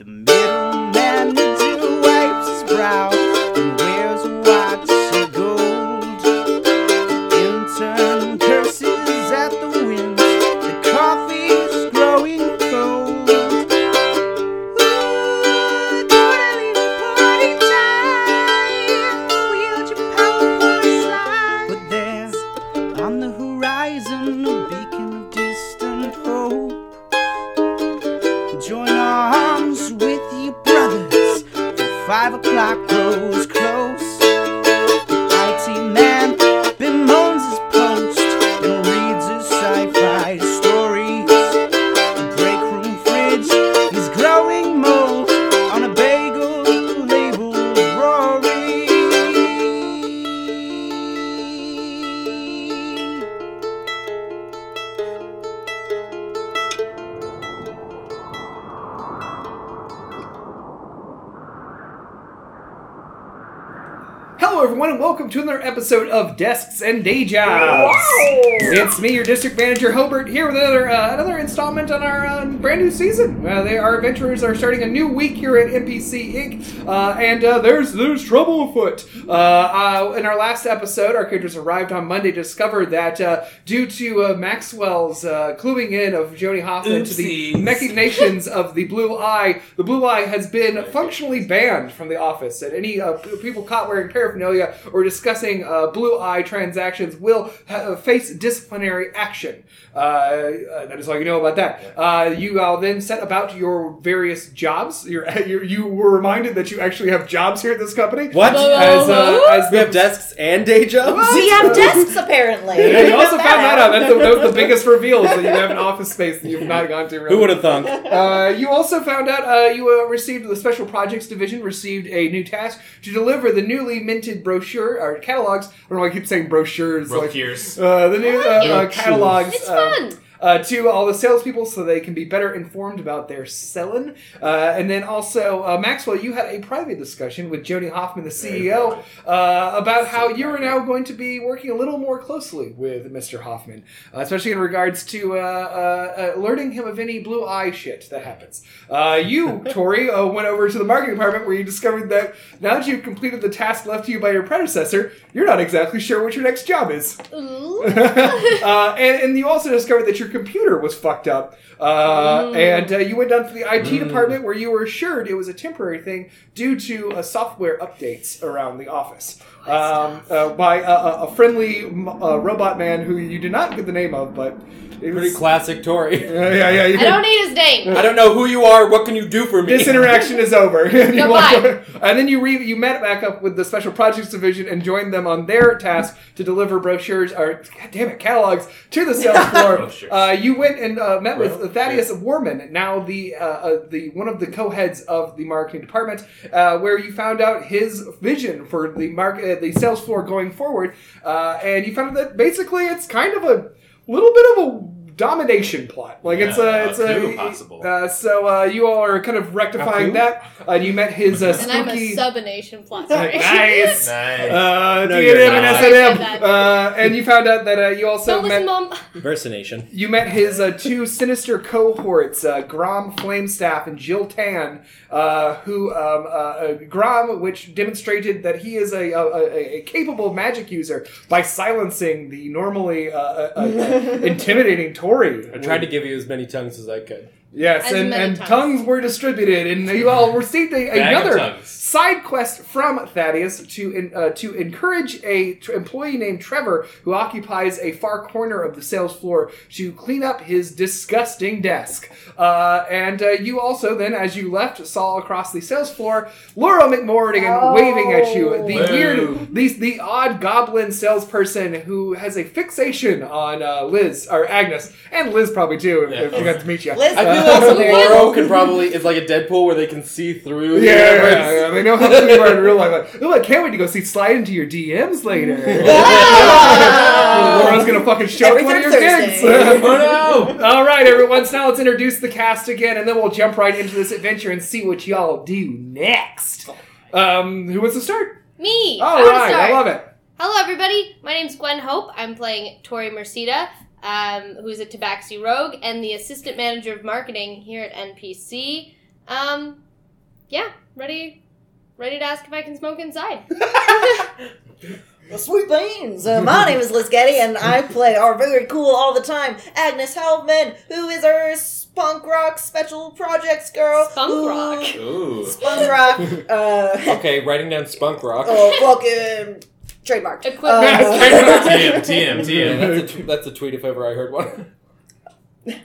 The middleman needs to wipe his brow and wears a watch of gold. Intern curses at the wind. The coffee's growing cold. Ooh, totally party time. Wield your powerful slide. But there, on the horizon, a beacon of distant hope. Join arms with your brothers. The five o'clock grows close. The IT man bemoans his post and reads his sci-fi stories. The break room fridge is growing mold on a bagel labeled Rory. Hello, everyone, and welcome to another episode of Desks and Day Jobs. It's me, your district manager Hobart, here with another uh, another installment on our uh, brand new season. Uh, they, our adventurers are starting a new week here at NPC Inc. Uh, and uh, there's there's trouble afoot. Uh, uh, in our last episode, our characters arrived on Monday, to discover that uh, due to uh, Maxwell's uh, cluing in of Joni Hoffman to the Oopsies. mecha- designations of the blue eye. The blue eye has been functionally banned from the office, and any uh, p- people caught wearing paraphernalia or discussing uh, blue eye transactions will ha- uh, face disciplinary action. Uh, uh, that is all you know about that. Uh, you all then set about your various jobs. Your, you you were reminded that you actually have jobs here at this company. What? As, uh, as We the have desks and day jobs? We have desks apparently. yeah, you also found that out. That's the, that was the biggest reveal is that you have an office space that you've not gone to. Really. Who would have thunk? Uh, you also found out uh, you uh, received the Special Projects Division received a new task to deliver the newly minted brochure or catalogs. I don't know why I keep saying brochures. like- Brochures. uh, the new uh, uh, catalogs. It's um, fun. uh, to all the salespeople so they can be better informed about their selling. Uh, and then also, uh, Maxwell, you had a private discussion with Joni Hoffman, the CEO, uh, about how you are now going to be working a little more closely with Mr. Hoffman, uh, especially in regards to uh, uh, alerting him of any blue eye shit that happens. Uh, you, Tori, uh, went over to the marketing department where you discovered that now that you've completed the task left to you by your predecessor, you're not exactly sure what your next job is Ooh. uh, and, and you also discovered that your computer was fucked up. Uh, Mm. And uh, you went down to the IT department where you were assured it was a temporary thing due to uh, software updates around the office Oh, um, uh, by a, a, a friendly m- uh, robot man who you did not get the name of, but it Pretty was. classic Tory. yeah, yeah, yeah. You I don't need his name. Uh, I don't know who you are. What can you do for me? this interaction is over. and, you Goodbye. walked away. and then you re- you met back up with the special projects division and joined them on their task to deliver brochures or god damn it catalogs to the sales floor. Brochures. Uh, you went and uh, met with Brochures. Thaddeus Warman, now the uh, uh, the one of the co-heads of the marketing department, uh, where you found out his vision for the market uh, the sales floor going forward, uh, and you found out that basically it's kind of a little bit of a domination plot like it's Yeah, a a it's a, coup possible. uh, so uh, you all are kind of rectifying Aku? that. Uh, you met his uh, And I'm a spooky. subination plot. nice. Nice. Uh, No, D&M you're and not. S&M. Uh, and you found out that uh, you also Don't met listen, mom. Versination. you met his uh, two sinister cohorts, uh, Grom Flamestaff and Jill Tan, uh, who um, uh, uh, Grom, which demonstrated that he is a, a, a, a capable magic user by silencing the normally uh, uh, uh, intimidating Tori. I tried to give you as many tongues as I could. Yes, As and, many and tongues. tongues were distributed, and you all received a, Bag of another tongues. side quest from Thaddeus to in, uh, to encourage a tr employee named Trevor, who occupies a far corner of the sales floor, to clean up his disgusting desk. Uh, and uh, you also then, as you left, saw across the sales floor Laura McMorrigan Oh. waving at you, the Boo. weird, the, the odd goblin salesperson who has a fixation on uh, Liz or Agnes, and Liz probably too, if, Yeah. if you got to meet you. Liz- Uh, I feel Uh, like Laurel could probably is like a Deadpool where they can see through. the Yeah, yeah, universe. yeah, yeah. They know how people are in real life. Like, Ooh, I can't wait to go see Slide into your DMs later. Ah! Laura's gonna fucking show Every up one of your third gigs. Thursday. Oh no! All right, everyone. So now let's introduce the cast again, and then we'll jump right into this adventure and see what y'all do next. Um, who wants to start? Me. All I wanna right, start. I love it. Hello, everybody. My name's Gwen Hope. I'm playing Tori Mercida, um, who is a Tabaxi rogue and the assistant manager of marketing here at NPC. Um, yeah, ready, ready to ask if I can smoke inside. Well, sweet beans. Uh, my name is Liz Getty, and I play our very cool all the time Agnes Hellman, who is our spunk rock special projects girl. Spunk who- rock. Ooh. Spunk rock. Uh, Okay, writing down spunk rock. oh, fucking trademark. Uh, Equivalent. TM, TM, Yeah, TM. that's, a, that's a tweet if ever I heard one.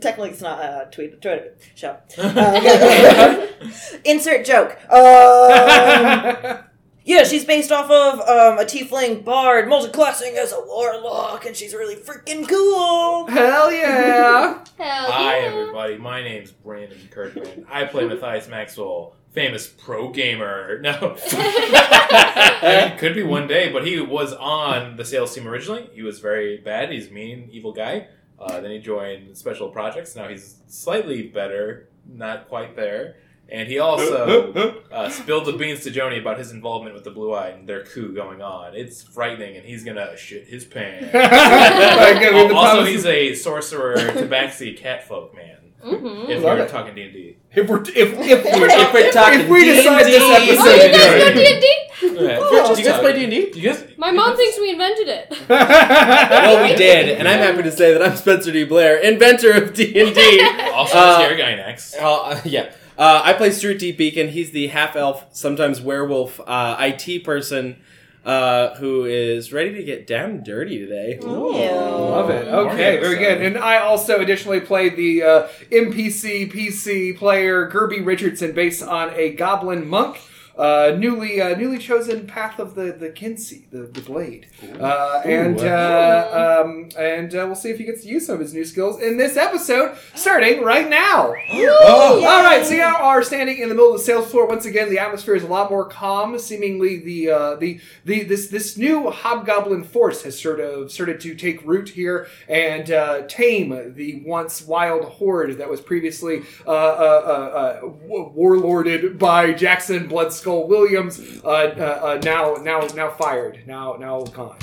Technically, it's not a tweet. Twitter show. Uh, insert joke. Um, yeah, she's based off of um, a tiefling bard, multiclassing as a warlock, and she's really freaking cool. Hell yeah! Hell Hi, yeah. everybody. My name's Brandon Kirkman. I play Matthias Maxwell, famous pro gamer. No. Uh, I mean, could be one day, but he was on the sales team originally. He was very bad. He's a mean, evil guy. Uh, then he joined Special Projects. Now he's slightly better, not quite there. And he also uh, spilled the beans to Joni about his involvement with the Blue Eye and their coup going on. It's frightening, and he's gonna shit his pants. Like, I mean, the also, promise- he's a sorcerer, tabaxi, catfolk man. Mhm. If Love we're it. talking D and D, if we're if if we We're not- if, we're talking if we decide this D&D. episode, Oh, you guys Sorry. know D and D? Do you guys play D and D? you guys, My mom thinks we invented it. Well, we did, and I'm happy to say that I'm Spencer D. Blair, inventor of D and D. also Uh, scary guy next. Uh, yeah. Uh, I play Stuart D. Beacon. He's the half elf, sometimes werewolf, uh, IT person uh, who is ready to get down and dirty today. Love it. Okay, Mario very sound. good. And I also additionally played the uh, NPC PC player Gerby Richardson, based on a goblin monk. Uh, newly, uh, newly chosen path of the the Kinsey, the, the blade, uh, and uh, um, and uh, we'll see if he gets to use some of his new skills in this episode, starting right now. Oh! All right, so you are standing in the middle of the sales floor once again. The atmosphere is a lot more calm. Seemingly, the uh, the the this this new hobgoblin force has sort of started to take root here and uh, tame the once wild horde that was previously uh, uh, uh, uh, wa- warlorded by Jackson Bloodskull Williams. Uh, uh, uh, now now now fired. Now now gone.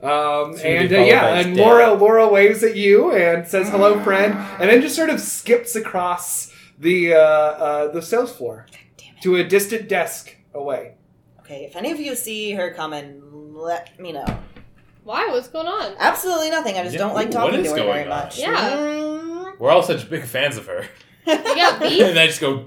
Um, Soon to and be uh, followed yeah, by and death. Laura Laura waves at you and says hello, friend, and then just sort of skips across the uh, uh, the sales floor to a distant desk away. Okay, if any of you see her coming, let me know. Why? What's going on? Absolutely nothing. I just Yeah, don't like what talking to is her going very on? much. Mm. Yeah, We're all such big fans of her, we got beef. and I just go.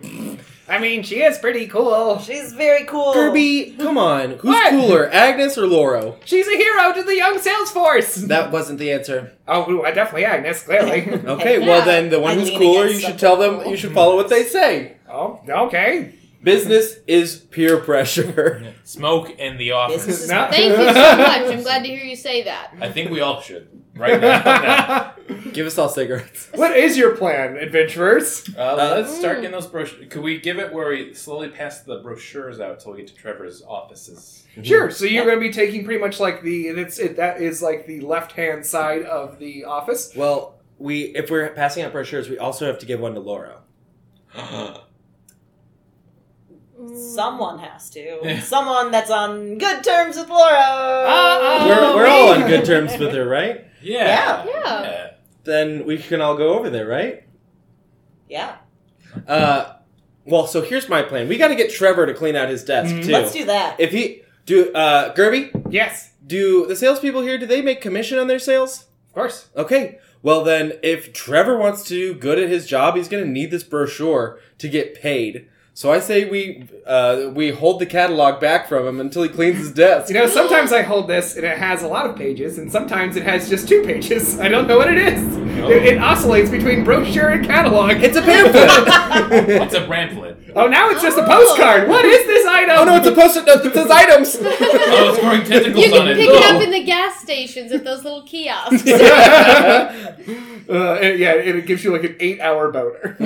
I mean, she is pretty cool. She's very cool. Kirby, come on. Who's What? cooler, Agnes or Loro? She's a hero to the young sales force. That wasn't the answer. oh, I definitely Agnes, clearly. Okay, Yeah. well then, the one I who's lean cooler, you against should something tell them. cool. You should follow what they say. oh, okay. Business is peer pressure. Smoke in the office. This is- No. Thank you so much. I'm glad to hear you say that. I think we all should right now. Give us all cigarettes. what is your plan, adventurers? Uh, let's start getting those brochures. Could we give it where we slowly pass the brochures out till we get to Trevor's offices? Sure. So you're going to be taking pretty much like the and it's it, that is like the left hand side of the office. Well, we if we're passing out brochures, we also have to give one to Loro. Someone has Yeah. to. Someone that's on good terms with Laura. Uh-uh. we're Oh, we're all on man. good terms with her, right? Yeah. Yeah. Yeah. Then we can all go over there, right? Yeah, Uh, well, so here's my plan. We got to get Trevor to clean out his desk Mhm. too. let's do that. if he do, uh, Gerby, Yes, do the salespeople here? Do they make commission on their sales? of course. Okay. Well, then, if Trevor wants to do good at his job, he's going to need this brochure to get paid. So I say we uh, we hold the catalog back from him until he cleans his desk. You know, sometimes I hold this and it has a lot of pages, and sometimes it has just two pages. I don't know what it is. It, it oscillates between brochure and catalog. it's a pamphlet. It's a pamphlet. oh, now it's just a Oh. postcard. What is this item? oh no, it's a post-it note that says items. Oh, it's growing tentacles You can on it. Oh. pick it up in the gas stations at those little kiosks. uh, and yeah, and it gives you like an eight-hour boner.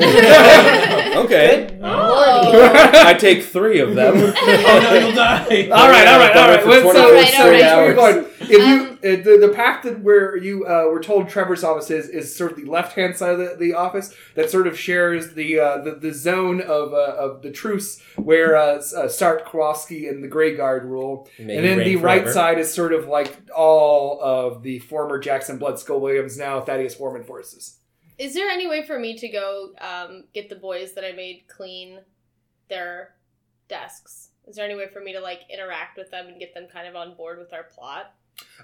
okay, Oh. I take three of them. oh no, you'll die. All right, all right, all Boner right. for Let's, uh, 24 let's- straight let's move hours. on. If you uh, the, the path that where you uh, were told Trevor's office is is sort of the left hand side of the, the office that sort of shares the uh, the, the zone of uh, of the truce where uh, S- uh, Sart Kowalski and the Grey Guard rule, May and he then reign the right forever. side is sort of like all of the former Jackson Bloodskull Williams now Thaddeus Foreman forces. Is there any way for me to go um, get the boys that I made clean their desks. Is there any way for me to like interact with them and get them kind of on board with our plot?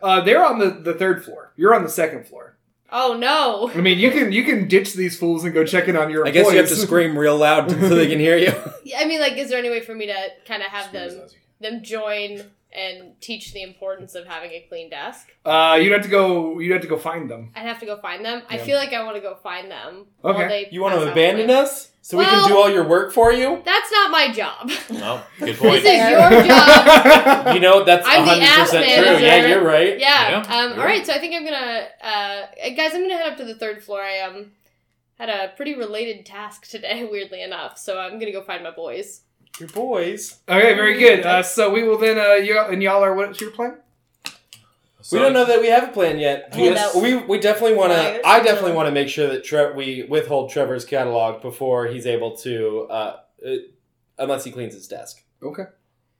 Uh, they're on the, the third floor. You're on the second floor. Oh no! I mean, you can you can ditch these fools and go check in on your. I guess you have to employees. scream real loud so they can hear you. I mean, like, is there any way for me to kind of have Screw as them loud as you them join and teach the importance of having a clean desk? Uh, you'd have to go. You'd have to go find them. I'd have to go find them. I Yeah. feel like I want to go find them. while Okay. they You want pass to out abandon away. us so we can Well- do all your work for you? That's not my job. can. Well, Oh, good this point. is Fair. your job. You know that's I'm the 100 ass percent true. manager. Yeah, you're right. Yeah. Yeah, um, you're all right. So I think I'm gonna, uh, guys. I'm gonna head up to the third floor. I um had a pretty related task today, weirdly enough. So I'm gonna go find my boys. Your boys. Okay, very good. Uh, so we will then. Uh, you and y'all are what's your plan? we don't know that we have a plan yet. Hold Yes. out. We we definitely want Liars. to. I definitely want to make sure that Tre- we withhold Trevor's catalog before he's able to, uh, uh, unless he cleans his desk. Okay.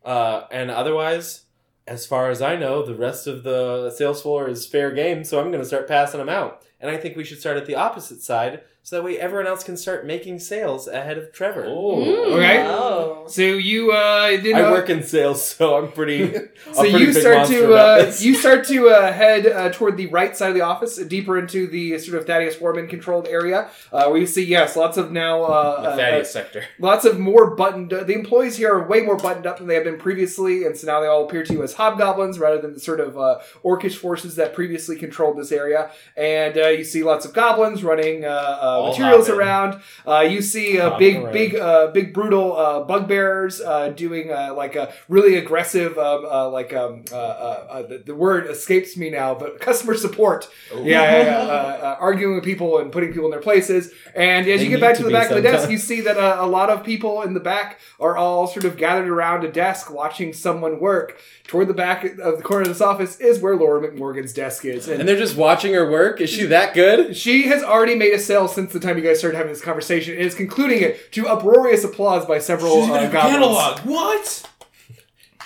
Uh, and otherwise, as far as I know, the rest of the sales floor is fair game. So I'm going to start passing them out. And I think we should start at the opposite side so that way everyone else can start making sales ahead of Trevor. Mm. Oh. Okay. Oh. So you uh, then, I uh, work in sales, so I'm pretty. So I'm pretty you big start monster to about uh, this. you start to uh, head uh, toward the right side of the office, deeper into the sort of Thaddeus Warman controlled area, uh, where you see yes, lots of now uh, The uh, Thaddeus sector. Lots of more buttoned. The employees here are way more buttoned up than they have been previously, and so now they all appear to you as hobgoblins rather than the sort of uh, orcish forces that previously controlled this area. And uh, you see lots of goblins running uh, uh, All materials hobbin'. around. Uh, you see uh, Hobbin' big, around. big, uh, big brutal uh, bugbearers uh, doing uh, like a really aggressive, um, uh, like um, uh, uh, uh, the, the word escapes me now, but customer support. Oh. Yeah, yeah, yeah, uh, uh, arguing with people and putting people in their places. And as They you get need back to, to the be back of the desk, sometimes. you see that uh, a lot of people in the back are all sort of gathered around a desk watching someone work. Toward the back of the corner of this office is where Laura McMorgan's desk is. and And they're just watching her work. Is she that good? she has already made a sale since the time you guys started having this conversation and is concluding it to uproarious applause by several She's uh, even a goblins. catalog. What?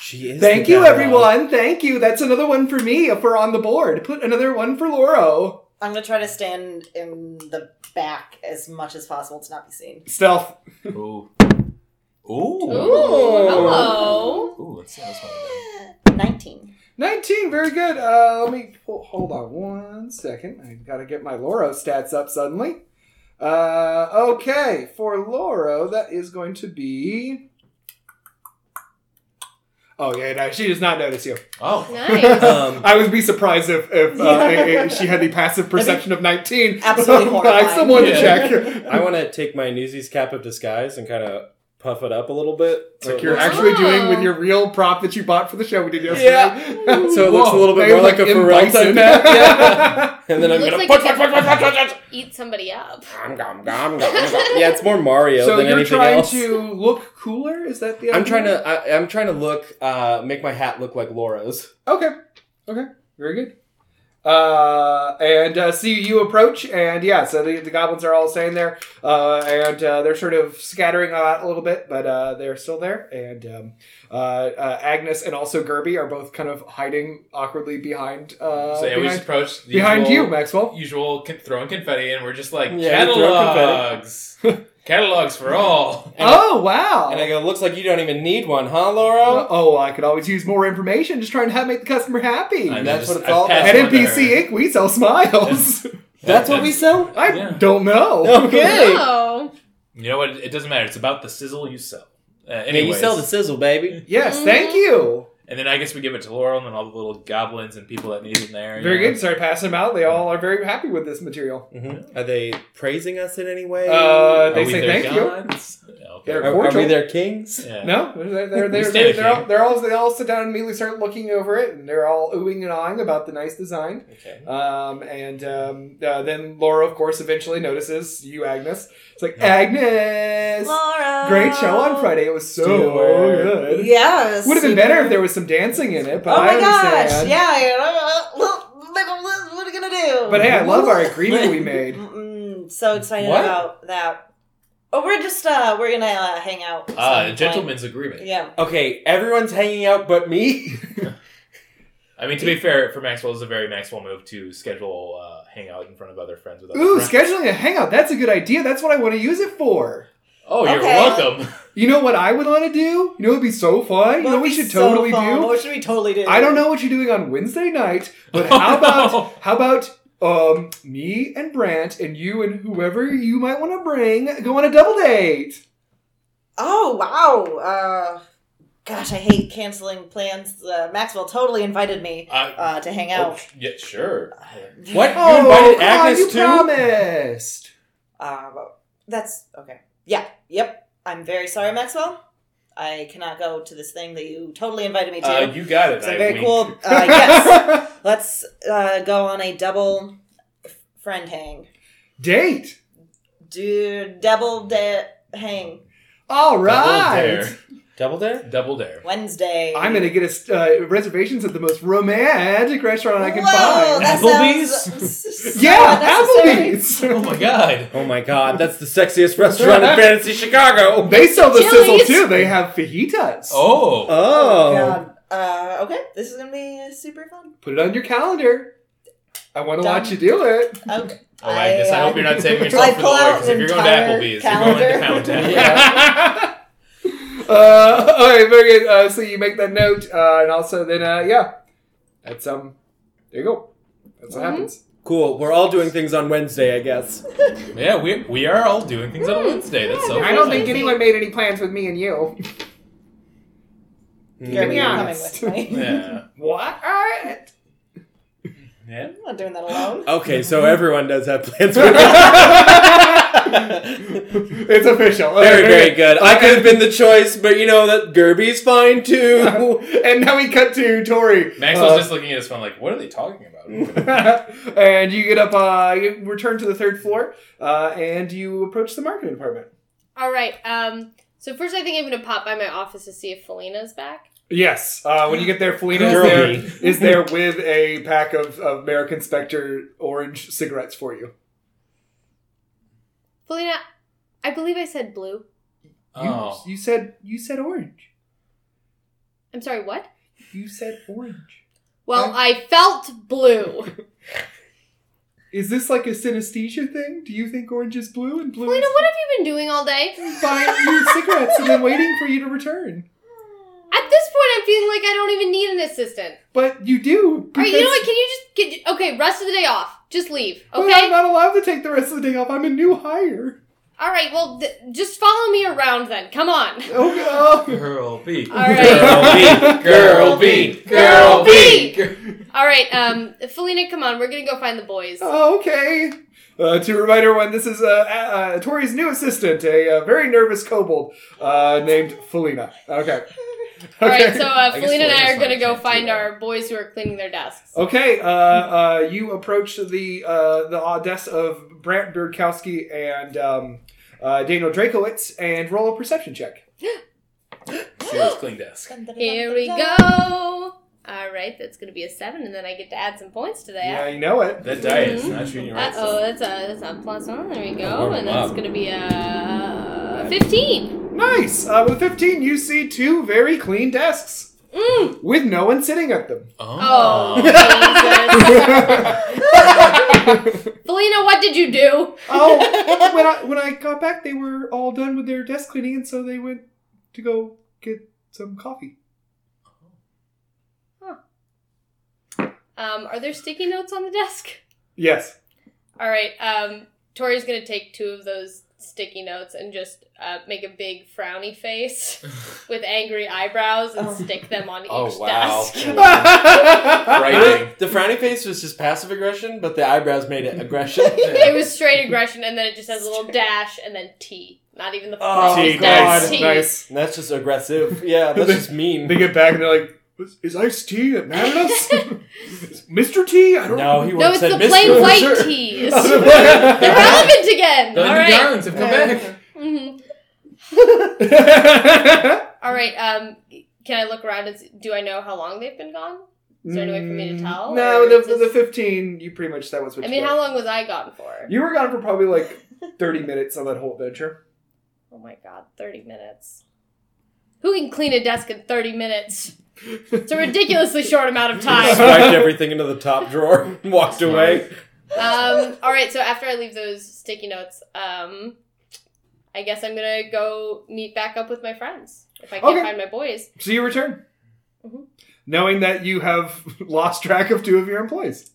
She is. Thank the you, catalog. everyone. Thank you. That's another one for me for on the board. Put another one for Laura. I'm gonna try to stand in the back as much as possible to not be seen. Stealth. Ooh. Ooh. Ooh, Oh. hello. Ooh, let's see how this one goes. Nineteen. 19, very good. Uh, let me pull, hold on one second. I gotta get my Loro stats up suddenly. Uh, okay, for Loro, that is going to be. Oh, yeah, no, she does not notice you. Oh. Nice. Um, I would be surprised if, if uh, eh, eh, she had the passive perception of 19. absolutely But I still horrifying. wanted Yeah. to check. I want to take my Newsies cap of disguise and kind of puff it up a little bit. So Like it you're looks- actually doing Oh. with your real prop that you bought for the show we did yesterday. Yeah. So it looks a little bit they more look like a in Pharrell bison. type hat. Yeah. and then I'm Looks gonna. like punch, you punch, punch, punch, punch, punch, punch. Eat somebody up. Gom, gom, gom, gom, gom. Yeah, it's more Mario So than you're anything trying else. to look cooler? Is that the idea? I'm trying to. I, I'm trying to look. Uh, make my hat look like Laura's. Okay. Okay. Very good. Uh, and uh, see you approach, and yeah, so the, the goblins are all staying there, uh, and uh, they're sort of scattering out a little bit, but uh, they're still there. And um, uh, uh, Agnes and also Gerby are both kind of hiding awkwardly behind uh, so yeah, we behind, just approached the behind usual, you, Maxwell. Usual con- throwing confetti, and we're just like Yeah, we throw catalogs, catalogs for all. And oh wow! And I go, looks like you don't even need one, huh, Laura? oh, I could always use more information. Just trying to have, make the customer happy. I And know, that's just- what it's all I passed At about. one to her. NPC Inc., we sell smiles. That's what we sell. I Yeah. don't know. Okay. Oh. You know what? It doesn't matter. It's about the sizzle you sell. Uh, Yeah, anyways, you sell the sizzle, baby. Yes, Mhm. thank you. and then I guess we give it to Laurel and then all the little goblins and people that need it in there. you Very know? good. Started passing them out. They all are very happy with this material. Mm-hmm. Are they praising us in any way? Uh, they Are we say their thank you. gods? Okay. They're are, are cordial. we their kings? Yeah. No, they're, they're, they're, they're, Stay with they're all, you. they're all they all sit down and immediately start looking over it, and they're all oohing and ahhing about the nice design. Okay. Um, and um, uh, then Laura, of course, eventually notices you, Agnes. It's like Agnes, Laura. great show on Friday. It was so Stuart. good. Yes. Would have been better if there was some dancing in it, but Oh I my gosh! understand. Yeah. you know, well, What what are you gonna do? But hey, I love our agreement we made. Mm-mm, so excited What? about that. Oh, we're just uh, we're gonna uh, hang out. Ah, some the gentleman's agreement. point. Yeah. Okay, everyone's hanging out but me. I mean, to be fair, for Maxwell, it's a very Maxwell move to schedule uh, hangout in front of other friends with other Ooh, friends. scheduling a hangout. That's a good idea. That's what I want to use it for. Oh, you're Okay. welcome. You know what I would want to do? You know it would be so fun? You know what That'd we be should so totally fun. oh, do? What should we totally do? I don't know what you're doing on Wednesday night, but Oh, how about how about um me and Brant and you and whoever you might want to bring go on a double date? Oh wow. Uh, gosh, I hate canceling plans. Uh, Maxwell totally invited me Uh, uh, to hang oh, out. sh- yeah, sure. What? You oh, invited God, Agnes you too? promised. Uh, that's okay. Yeah. Yep. I'm very sorry, Maxwell. I cannot go to this thing that you totally invited me to. Uh, you got it. it's I a very wink. cool. Uh, yes. Let's uh, go on a double f- friend hang. date. Do double da- hang All Double right. Double dare? dare. Double dare. Wednesday. I'm gonna get us uh, reservations at the most romantic restaurant I can Whoa, find. that Applebee's? sounds so yeah, unnecessary. Oh Applebee's. my god. Oh my god, that's the sexiest restaurant in fantasy Chicago. they sell the Chili's. sizzle too. They have fajitas. Oh. Oh, Oh. God. Uh, okay, this is gonna be uh, super fun. Put it on your calendar. I want to Done. watch you do it. Okay. Oh, I, guess I uh, hope you're not saving I yourself for the pull lawyer, out 'cause if an you're going to entire Applebee's, you're calendar. going to Pound Town. uh, all right, very good. Uh, so you make that note, uh, and also then, uh, yeah, that's um, there you go. That's what Mhm. happens. Cool. We're all doing things on Wednesday, I guess. Yeah, we, we are all doing things Hmm. on Wednesday. That's so Yeah, I cool. don't think anyone made any plans with me and you. You're be coming honest. with me. Yeah. What? All right. Yeah. I'm not doing that alone. Okay, so everyone does have plans for it's official. All right, Very, very good. I could have been the choice, but you know that Gerby's fine too. And now we cut to Tori. Maxwell's Uh, just looking at his phone like, what are they talking about? and you get up, uh, you return to the third floor, uh, and you approach the marketing department. All right. Um. So first, I think I'm gonna pop by my office to see if Felina's back. Yes. Uh, when you get there, Felina is Girl there, me. is there with a pack of, of American Spectre orange cigarettes for you. Felina, I believe I said blue. oh. You, you said you said orange. I'm sorry. What? You said orange. Well, I felt blue. Is this like a synesthesia thing? Do you think orange is blue and blue Felina, is what have you been doing all day? buying you cigarettes and then waiting for you to return? At this point, I'm feeling like I don't even need an assistant. But you do. All right, you because- know what? Can you just get okay? Rest of the day off. Just leave. But I'm Okay. not allowed to take the rest of the day off. I'm a new hire. All right. Well, th- just follow me around then. Come on. Okay. Oh, Girl B. All right. Girl B. Girl B. Girl B. All right. Um, Felina, come on. We're gonna go find the boys. Oh, okay. Uh, to remind everyone, this is uh, uh, Tori's new assistant, a uh, very nervous kobold uh, named Felina. Okay. okay. All right. So uh, guess Felina and I are Felina's gonna fine, go can't do find that. our boys who are cleaning their desks. Okay, uh, uh, you approach the uh, the uh, desk of Brant Birdkowski and um, uh, Daniel Drakowitz and roll a perception check. She was clean desk. Here we go. All right. That's gonna be a seven, and then I get to add some points to that. Yeah, you know it. That diet is not treating you Uh right. oh, that's a that's a plus one. There we go, Warm and up. that's gonna be a fifteen. Nice. Uh, with 15, you see two very clean desks Mm. with no one sitting at them. Oh, Oh. Jesus. Felina, what did you do? oh, when I when I got back, they were all done with their desk cleaning, and so they went to go get some coffee. Um, are there sticky notes on the desk? Yes. All right. Um, Tori's gonna take two of those sticky notes and just uh, make a big frowny face with angry eyebrows and Oh. stick them on each Oh wow. desk. Frightening. The frowny face was just passive aggression, but the eyebrows made it aggression. It was straight aggression, and then it just has a little dash and then T. Not even the Oh, full T, name, God, just T. And that's just aggressive. Yeah, that's just mean. They get back and they're like, "Is- "Is iced tea that mad at us? Mister T? I don't No, he No, would've it's said the Mr. plain white Sure. teas. They're know." relevant again. All right. have come back. Mhm. All right. Um, can I look around and see, do I know how long they've been gone? Is there any way for me to tell, Mm. No, or the, is this- the fifteen. You pretty much that was what. I you mean, got. how long was I gone for? You were gone for probably like thirty minutes on that whole adventure. Oh my god, 30 minutes. Who can clean a desk in 30 minutes? It's a ridiculously short amount of time. Swiped everything into the top drawer and walked away. Um, all right, so after I leave those sticky notes, um, I guess I'm gonna go meet back up with my friends if I can't Okay. find my boys. So you return, Mhm. knowing that you have lost track of two of your employees.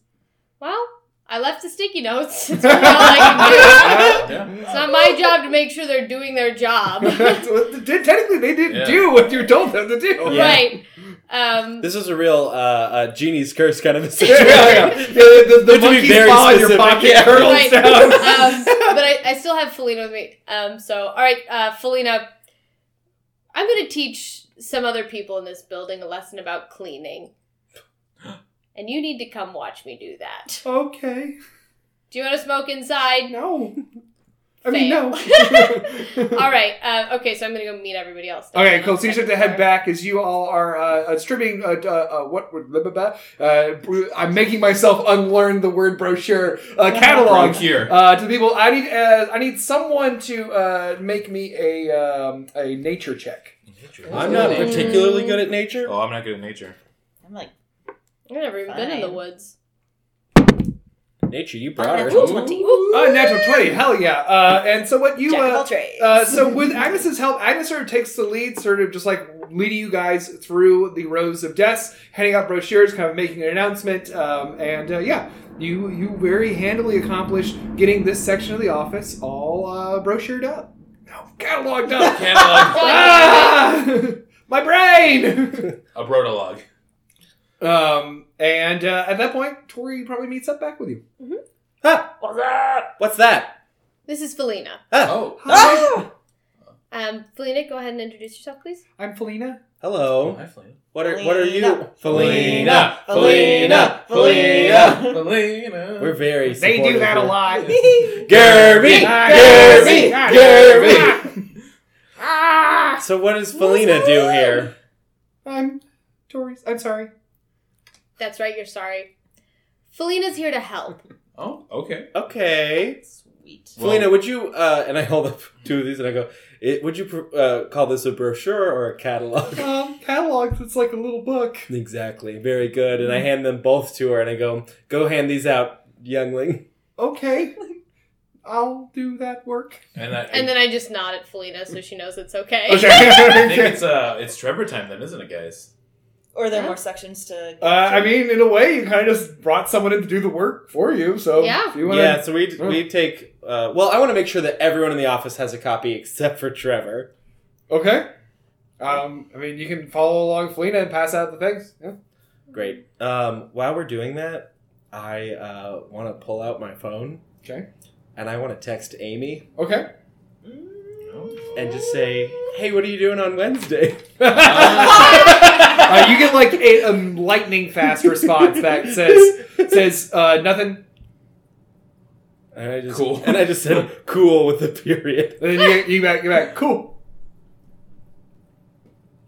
Well, I left the sticky notes. It's, really all I can do. Uh, Yeah. it's not my job to make sure they're doing their job. That's what they did- Technically, they didn't Yeah. do what you told them to Oh. do. Yeah. Right. Um, This is a real uh, uh, genie's curse kind of a Yeah, situation. yeah, yeah. The, the, You have the to be monkey's very paw in your specific, pocket yeah. curls Right. down. um, but I, I still have Felina with me. Um, so, all right, uh, Felina, I'm going to teach some other people in this building a lesson about cleaning. And you need to come watch me do that. okay. Do you want to smoke inside? No. I mean, Fail. no. All right. Uh, okay, so I'm going to go meet everybody else. now. Okay, cool. So you just have to head Sorry. back as you all are uh, uh, stripping. Uh, uh, uh, what? would- blah, blah, blah. Uh, br- I'm making myself unlearn the word brochure uh, catalog Here. uh, to the people. I need uh, I need someone to uh, make me a um, a nature check. I'm not Mm. particularly good at nature. Oh, I'm not good at nature. I'm like, I've never even been in the Fine. woods. Nature, you brought her. unnatural Ooh. 20. Uh, natural twenty, hell yeah! Uh, and so what you Jack of uh, all trades. Uh, so with Agnes's help, Agnes sort of takes the lead, sort of just like leading you guys through the rows of deaths, handing out brochures, kind of making an announcement, um, and uh, yeah, you you very handily accomplish getting this section of the office all uh, brochured up, no cataloged up. Catalog. ah! My brain. a brotologue. um, and uh, at that point, Tori probably meets up back with you. What's that? What's that? This is Felina. Oh. Hi, Um, Felina, go ahead and introduce yourself, please. I'm Felina. Hello. Felina. What are What are you, Felina. Felina. Felina. Felina. We're very. They do supportive that a here. lot. Gerby, Ah, Gerby, ah, Gerby. ah. So what does Felina do here? I'm Tori's. I'm sorry. That's right, you're sorry. Felina's here to help. Oh, okay. Okay. Sweet. Well- Felina, would you? Uh, and I hold up two of these, and I go, it, "Would you pr- uh, call this a brochure or a catalog?" Um, catalogs. It's like a little book. Exactly. Very good. And I hand them both to her and I go, go hand these out, youngling. Okay, I'll do that work. And, I, And then I just nod at Felina so she knows it's okay. Oh, I think it's uh, it's Trevor time then, isn't it, guys? Or are there more sections to. Uh, I mean, in a way, you kind of just brought someone in to do the work for you. So Yeah. if you wanna, yeah, so we we take uh, well, I want to make sure that everyone in the office has a copy except for Trevor. Okay. Um, I mean, you can follow along Felina and pass out the things. Yeah. Great. Um, while we're doing that, I uh, want to pull out my phone. Okay. And I want to text Amy Okay. and just say, "Hey, what are you doing on Wednesday?" Uh, you get like a, a lightning fast response that says says uh, nothing. and I just, Cool. And I just said "cool" with the period. And then you get you back you back cool.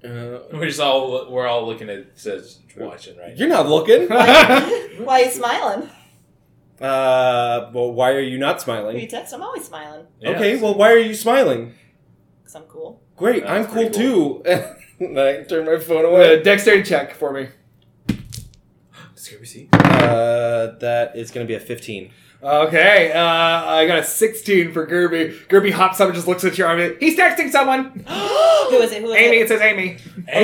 Uh, We're just all we're all looking at says watching right. you're not looking. Why are you smiling? Uh, well, why are you not Who you smiling? text? I'm always smiling. Yeah. Okay, well, why are you smiling? Because I'm cool. Great, That's I'm cool, pretty too. And I turn my phone Uh, away. dexterity check for me. Scooby see. Uh, that is going to be a 15. Okay, uh, I got a 16 for Gerby. Gerby hops up and just looks at your arm. and, He's texting someone. Who is it? Who is Amy, it? it says Amy.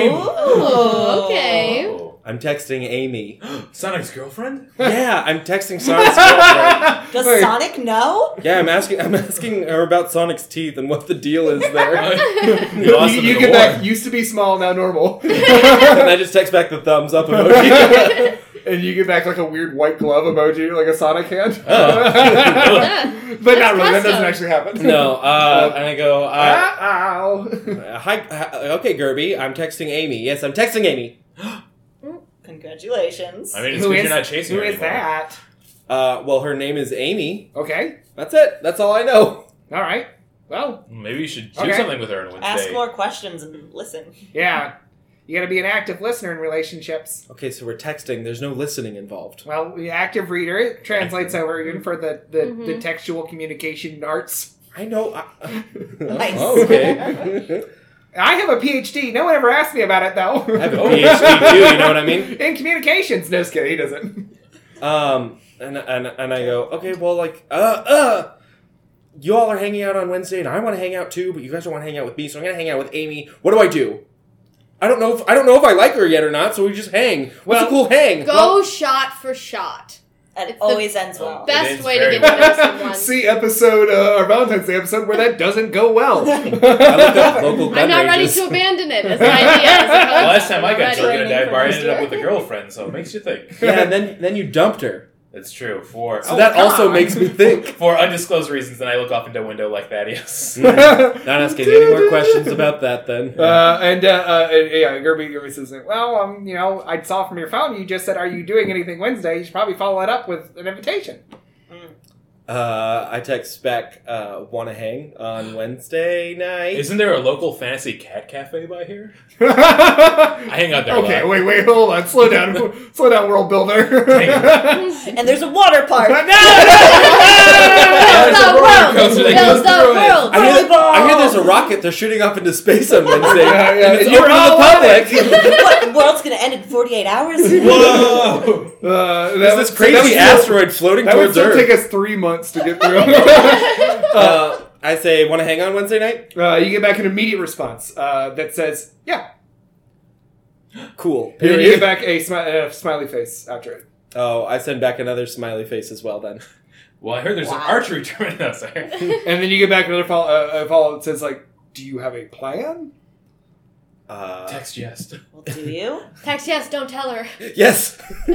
Ooh, okay. Oh. I'm texting Amy. Sonic's girlfriend? yeah, I'm texting Sonic's girlfriend. Does Wait. Sonic know? Yeah, I'm asking, I'm asking her about Sonic's teeth and what the deal is there. We lost you him in you the get war. back. Used to be small, now normal. and I just text back the thumbs up emoji. and you get back like a weird white glove emoji, like a Sonic hand. Oh. Yeah. but not really. That custom. doesn't actually happen. no, uh, and I go, uh, Ah, ow. hi, hi, okay, Gerby, I'm texting Amy. Yes, I'm texting Amy. Congratulations. I mean, it's good you're not chasing who her is anymore. that? Uh, well, her name is Amy. Okay. That's it. That's all I know. All right. Well, Maybe you should do Okay. something with her on Wednesday. Ask more questions and listen. yeah. You got to be an active listener in relationships. Okay, so we're texting. There's no listening involved. Well, the active reader it translates over even for the the, the Mhm. textual communication arts. I know. I, Nice. Oh, okay. I have a PhD. No one ever asked me about it, though. I have a PhD too. You know what I mean? In communications. No, just kidding. He doesn't. Um, and and and I go. Okay, well, like, uh, uh, you all are hanging out on Wednesday, and I want to hang out too, but you guys don't want to hang out with me, so I'm gonna hang out with Amy. What do I do? I don't know. If, I don't know if I like her yet or not. So we just hang. What's Well, a cool hang? Go shot for shot. And it It's the always ends well. It Best is way to very get to know well. someone. See episode uh, our Valentine's Day episode where that doesn't go well. I looked up local gun I'm not ready ranges. to abandon it as an idea. as opposed to Last time I got ready. drunk at a dive bar, I ended up with a Yeah. girlfriend, so it makes you think. yeah, and then then you dumped her. It's true. For Oh, So that come also on. makes me think. for undisclosed reasons, then I look off into a window like Thaddeus. Not asking any more questions about that then. Uh, and uh, uh, and, yeah, Gerby, Gerby says, "Well, um, you know, I saw from your phone. You just said, are you doing anything Wednesday? You should probably follow it up with an invitation." Uh, I text back, uh, wanna hang on Wednesday night. Isn't there a local fantasy cat cafe by here? I okay, hang out there. a lot. wait, wait, hold on, slow down, slow down, world builder. Hang And there's a water park. No! Build It's a roller the world. coaster that goes Build through it. the world. I hear, that- I hear there's a rocket they're shooting off into space on Wednesday. Yeah, yeah, and it's and you're open to all the public. what, the world's gonna end in 48 hours? Whoa! Uh, that There's was- this crazy that would still- asteroid floating That would towards still take Earth. us three months to get through. uh, I say, wanna hang on Wednesday night? uh, you get back an immediate response uh, that says, "Yeah." Cool. And then you get Period. back a smi- uh, smiley face after it. Oh, I send back another smiley face as well then. Well, I heard there's an Wow. archery tournament out there. And then you get back another follow, uh, a follow that says like, "Do you have a plan?" Uh, Text yes. Well, do you? Text yes, don't tell her. yes.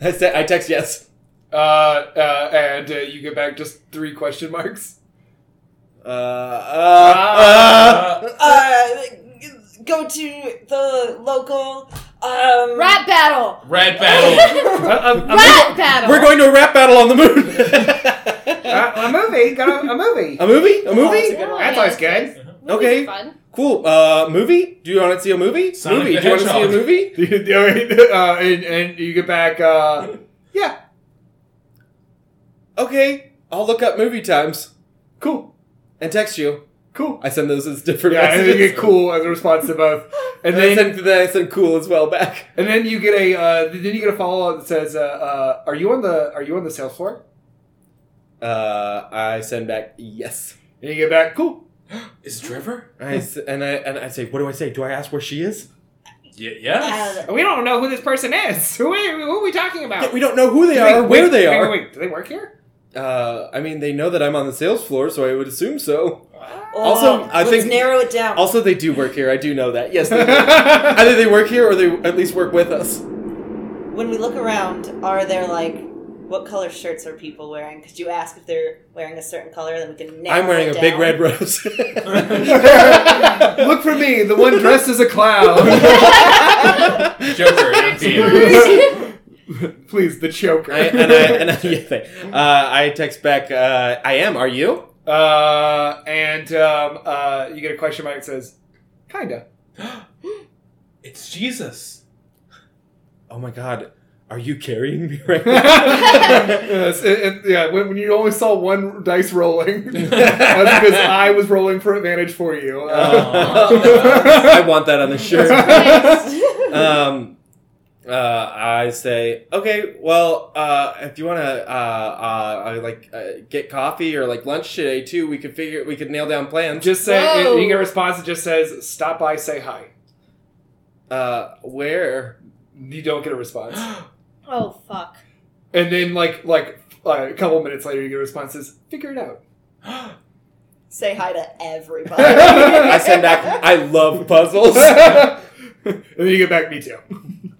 I, say, I text yes. Uh, uh, and uh, you get back just three question marks. Uh, Ah. uh, uh, Uh, go to the local. Um, Rat battle. Rat battle. Uh, um, a, mo- Rat battle. we're going to a rap battle on the moon. uh, a movie, got a, a movie. A movie? A that's movie? a good one. That's always good. Okay. Fun. Cool. Uh, movie? Do you want to see a movie? Sonic movie? the Do you want to see a Hedgehog. movie? uh, and, and you get back, uh, yeah, Okay. I'll look up movie times cool, and text you. cool. I send those as different Yeah, and then you messages. get cool as a response to both, and And then, I then send, then I send cool as well back. and then you get a uh, then you get a follow up that says, uh, uh, "Are you on the Are you on the sales floor?" Uh, I send back yes. And you get back, cool. Is it River? I s- and I and I say, what do I say? Do I ask where she is? Y- yes. Uh, We don't know who this person is. Who are, who are we talking about? Yeah, we don't know who they Do are, or where wait, they wait, are. Wait, wait, do they work here? Uh, I mean, they know that I'm on the sales floor, so I would assume so. oh, also, I let's think- narrow it down. Also, they do work here. I do know that. Yes, they do. either they work here or they at least work with us. when we look around, are there like what color shirts are people wearing? Could you ask if they're wearing a certain color? Then we can. Narrow I'm wearing it a big down. red rose. Look for me, the one dressed as a clown. Joker. not Peter. Please, the choker. I, and I, and I, yeah, thank- uh, I text back, uh, I am, are you? uh, and um, uh, you get a question mark that says, kinda. It's Jesus. Oh my god, are you carrying me right now? yes, it- it- yeah, when, when you only saw one dice rolling, that's because I was rolling for advantage for you. Uh, I want that on the shirt. Nice. Um, uh, I say, okay, well, uh, if you want to, uh, uh, I like uh, get coffee or like lunch today too, we could figure, we could nail down plans. just say, Whoa. you get a response that just says, stop by, say hi. Uh, where? You don't get a response. oh fuck. And then, like, like uh, a couple minutes later, you get responses. Figure it out. Say hi to everybody. I send back, I love puzzles. and then you get back. Me too.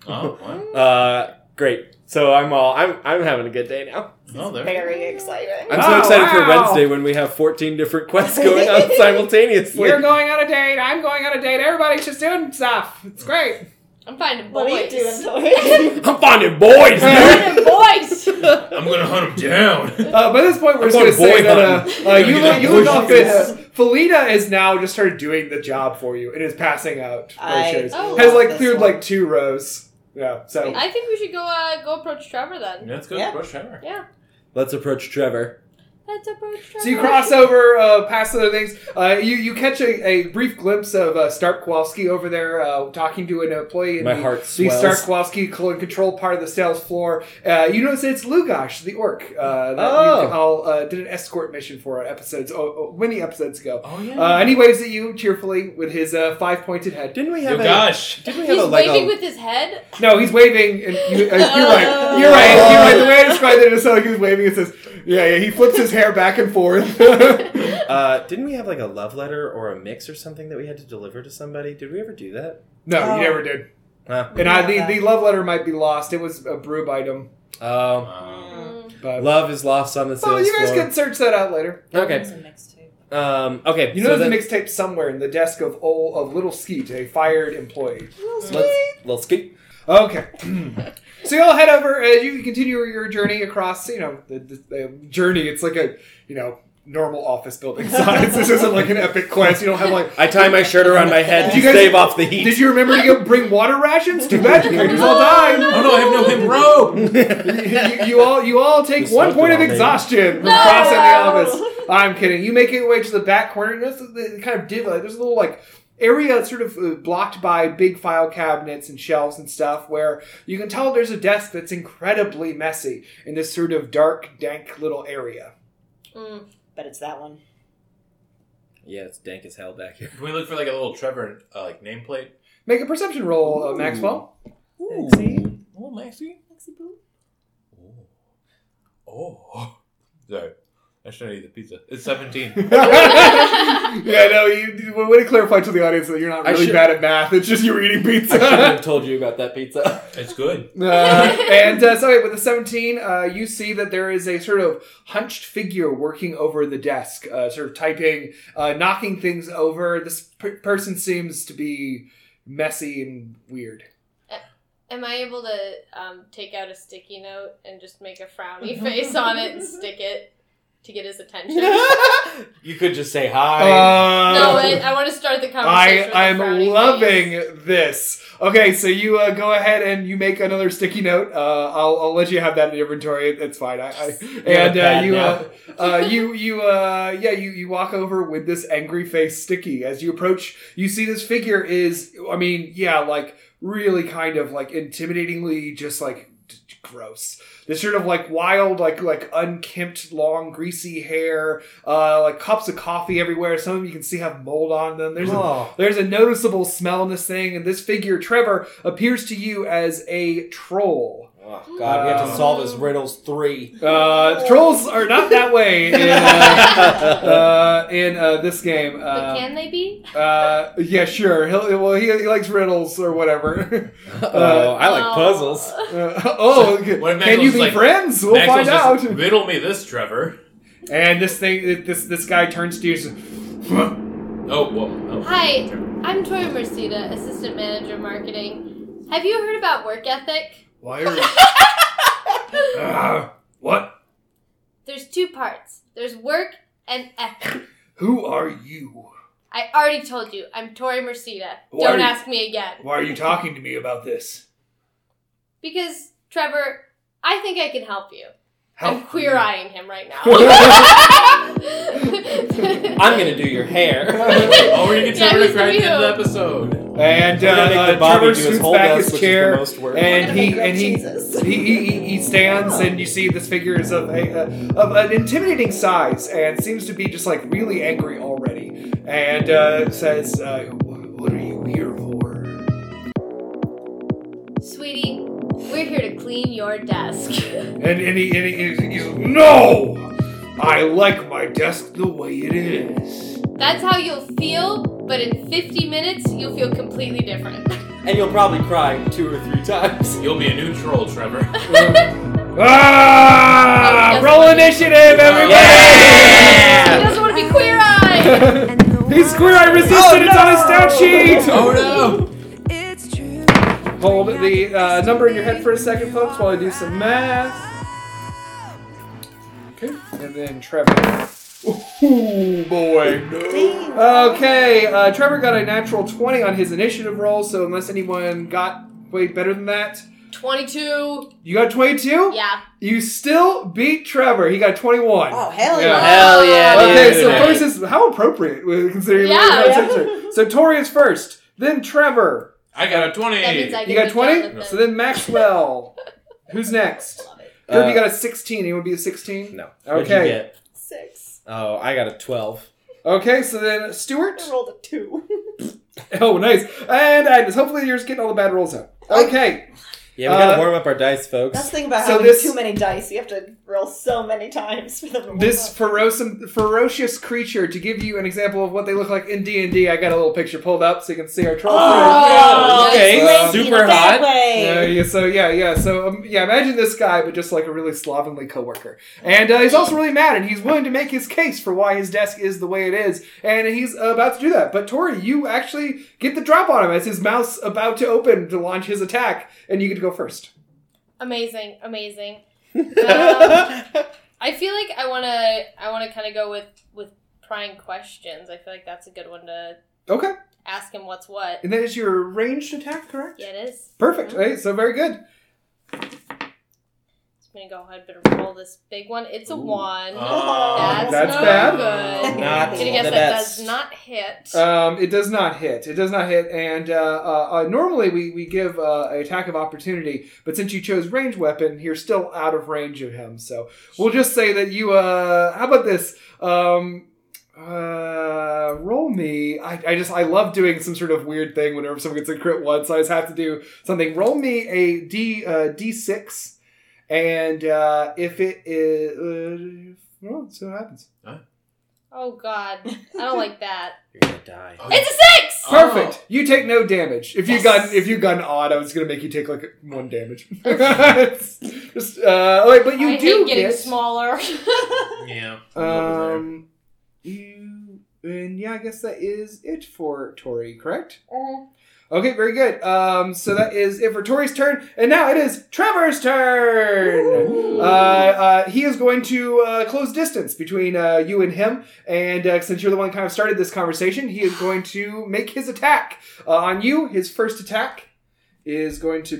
Oh, what? Uh, great. So I'm all, I'm, I'm having a good day now. Oh, there. Very exciting. I'm so Oh, excited for wow. Wednesday when we have 14 different quests going on simultaneously. We're going on a date. I'm going on a date. Everybody's just doing stuff. It's great. I'm finding What boys. are you doing, Tori? I'm finding boys, I'm man. finding boys. I'm gonna hunt him down. Uh, by this point, we're I'm just going to going say boy that uh, hunting. uh, you, Gonna look, get you that look boy off shit. this. Felina is now just started doing the job for you and is passing out those I oh, shares. love Has like this cleared one. like two rows. Yeah. So I think we should go uh, go approach Trevor then. Let's go Yeah. to Bush Hammer. Let's approach Trevor. That's a broach So you cross over uh, past other things. Uh, you you catch a, a brief glimpse of uh, Stark Kowalski over there uh, talking to an employee. in My the, heart The swells. Stark Kowalski cl- control part of the sales floor. Uh, you notice it's Lugash, the orc, uh, that Oh. you all uh, did an escort mission for episodes oh, oh, many episodes ago. Oh yeah. Uh, and he waves at you cheerfully with his uh, five pointed head. Didn't we Yo, have a? gosh. Didn't we have He's a Lego? waving with his head. No, he's waving. And you, uh, you're right. Oh. You're right. You're right. The way I described it, it sounded like he was waving. It says, "Yeah, yeah." He flips his hair back and forth. uh, didn't we have like a love letter or a mix or something that we had to deliver to somebody? Did we ever do that? no, Oh. you never did. Huh. And I, the, Yeah. the love letter might be lost. It was a brew item. Um, Um, Mm, But love is lost on the sales so Oh, you guys floor. can search that out later. Okay. Um, okay. You so know there's then- a mixtape somewhere in the desk of old of Little Skeet, a fired employee. Let's, let's skip. Okay. so y'all head over as you continue your journey across, you know, the, the, the journey. It's like a, you know, normal office building size. this isn't like an epic quest. You don't have like. I tie my shirt around my head to You guys- stave off the heat. Did you remember to go bring water rations? Too bad your characters all Oh died. no, I have no hemp you, robe. you all you all take You one smoked point it of all, maybe. exhaustion from No! crossing the office. I'm kidding. You make your way to the back corner. That's the the kind of div. Like, there's a little like area that's sort of uh, blocked by big file cabinets and shelves and stuff where you can tell there's a desk that's incredibly messy in this sort of dark, dank little area. Mm. But it's that one. yeah, it's dank as hell back here. Can we look for like a little Trevor uh, like nameplate? Make a perception roll, uh, Maxwell. Maxie. Oh, Maxie. Ooh. Oh. Sorry. I shouldn't eat the pizza. It's 17. Yeah, no, you, you way to clarify to the audience that you're not I really should- bad at math. It's just you were eating I shouldn't pizza. have told you about that pizza. it's good. Uh, and uh, so with the 17, uh, you see that there is a sort of hunched figure working over the desk, uh, sort of typing, uh, knocking things over. This per- person seems to be messy and weird. Am I able to um, take out a sticky note and just make a frowny face on it and stick it to get his attention? you could just say hi. no, Uh, I, I want to start the I conversation. with a I'm frowny face. loving this. Okay, so you uh, go ahead and you make another sticky note. Uh, I'll, I'll let you have that in inventory. It- It's fine. I, I and uh, bad you now. uh, uh, you you uh, yeah you you walk over with this angry face sticky. As you approach, you see this figure is I mean yeah like really kind of like intimidatingly just like d- d- gross this sort of like wild like like unkempt long greasy hair uh like cups of coffee everywhere some of them you can see have mold on them there's a Oh. there's a noticeable smell in this thing, and this figure, Trevor, appears to you as a troll. Oh, God, we have to solve his riddles three. Oh. Uh, trolls are not that way in, uh, uh, in uh, this game. But Uh, can they be? uh, yeah, sure. He'll, well, he, he likes riddles or whatever. oh, I like Oh. puzzles. Uh, oh, What if can you Maxwell's be like- friends? We'll find Maxwell's out. just, Riddle me this, Trevor. And this thing, this this guy turns to you. and says, Oh, whoa. Oh. Hi, I'm Troy Mercida, assistant manager marketing. Have you heard about work ethic? Why are you? Ah, what? There's two parts. There's work and ethic. Who are you? I already told you, I'm Tori Mercida. Why are Don't you- ask me again. Why are you talking to me about this? Because, Trevor, I think I can help you. How I'm queer eyeing him right now. I'm gonna do your hair. Oh, we're gonna get Yeah, Trevor to he's cry at the end real. of the episode. And uh, We're gonna make the uh, Bobby Trevor do his scoots whole back desk, his which is the chair, most work. and We're gonna he make and he, Jesus. he, he he- he stands, and you see this figure is of a uh, of an intimidating size, and seems to be just like really angry already, and uh, says, uh, "What are you here for?" Sweetie, we're here to clean your desk. And and he and he, and he says, "No, I like my desk the way it is." That's how you'll feel, but in 50 minutes, you'll feel completely different. and you'll probably cry two or three times. You'll be a new troll, Trevor. ah! Roll initiative, everybody! He doesn't want to be queer eyed! He's square eye resistant. It's on his stat sheet. oh no! It's true. Hold the uh, number in your head for a second, folks, while I do some math. Okay, and then Trevor. Oh boy. Okay, uh, Trevor got a natural 20 on his initiative roll, so unless anyone got way better than that, 22. You got 22? Yeah. You still beat Trevor. He got 21. Oh hell Yeah. yeah! Hell yeah, dude. Okay, so first is how appropriate uh, considering Yeah, we're yeah. not censored. So Tori is first, then Trevor. I got a twenty. That means I You got can twenty. So then Maxwell. Who's next? Kirby Uh, got a sixteen. Anyone be a sixteen? No. What'd you Okay. get? Six. Oh, I got a 12. Okay. So then Stuart. I rolled a two. Oh, nice. And Agnes. Hopefully yours getting all the bad rolls out. Okay. Yeah, we gotta Uh, warm up our dice, folks. That's the thing about So having this- too many dice. You have to roll so many times for them. to This roll. ferocious, ferocious creature. To give you an example of what they look like in D and I got a little picture pulled up so you can see our troll. Oh, okay, it's lazy in super a hot. bad way. Yeah, yeah, so yeah, yeah, so um, yeah, imagine this guy, but just like a really slovenly coworker, and uh, he's also really mad, and he's willing to make his case for why his desk is the way it is, and he's about to do that. But Tori, you actually get the drop on him as his mouth's about to open to launch his attack, and you get to go first. Amazing. Amazing. Um, I feel like I want to I want to kind of go with with prying questions. I feel like that's a good one to Okay, ask him what's what. and that is your ranged attack, correct? Yeah, Mm-hmm. it is. Perfect. Hey, so very good. So I'm going to go ahead and roll this big one. It's a 1. Oh, that's That's no bad. good. Not Gonna guess the that best. does not hit. Um, it does not hit. It does not hit. And uh, uh, uh, normally we, we give uh, an attack of opportunity, but since you chose range weapon, you're still out of range of him. So we'll just say that you. Uh, how about this? Um, uh, roll me. I, I just I love doing some sort of weird thing whenever someone gets a crit once. I just have to do something. Roll me a d uh, d six, and uh, if it is, uh, well, see what happens. Oh god. I don't like that. You're gonna die. Oh, It's a 6. Perfect. You take no damage. If you Yes. got if you got an odd, I was gonna make you take like one damage. It's just uh, wait, but you I do hate getting get Uh-huh. smaller. Oh, yeah. um, you and yeah, I guess that is it for Tori, correct? Okay, very good. Um, so that is it for Tori's turn, and now it is Trevor's turn. Uh, uh, he is going to uh, close distance between uh, you and him, and uh, since you're the one kind of started this conversation, he is going to make his attack uh, on you. His first attack is going to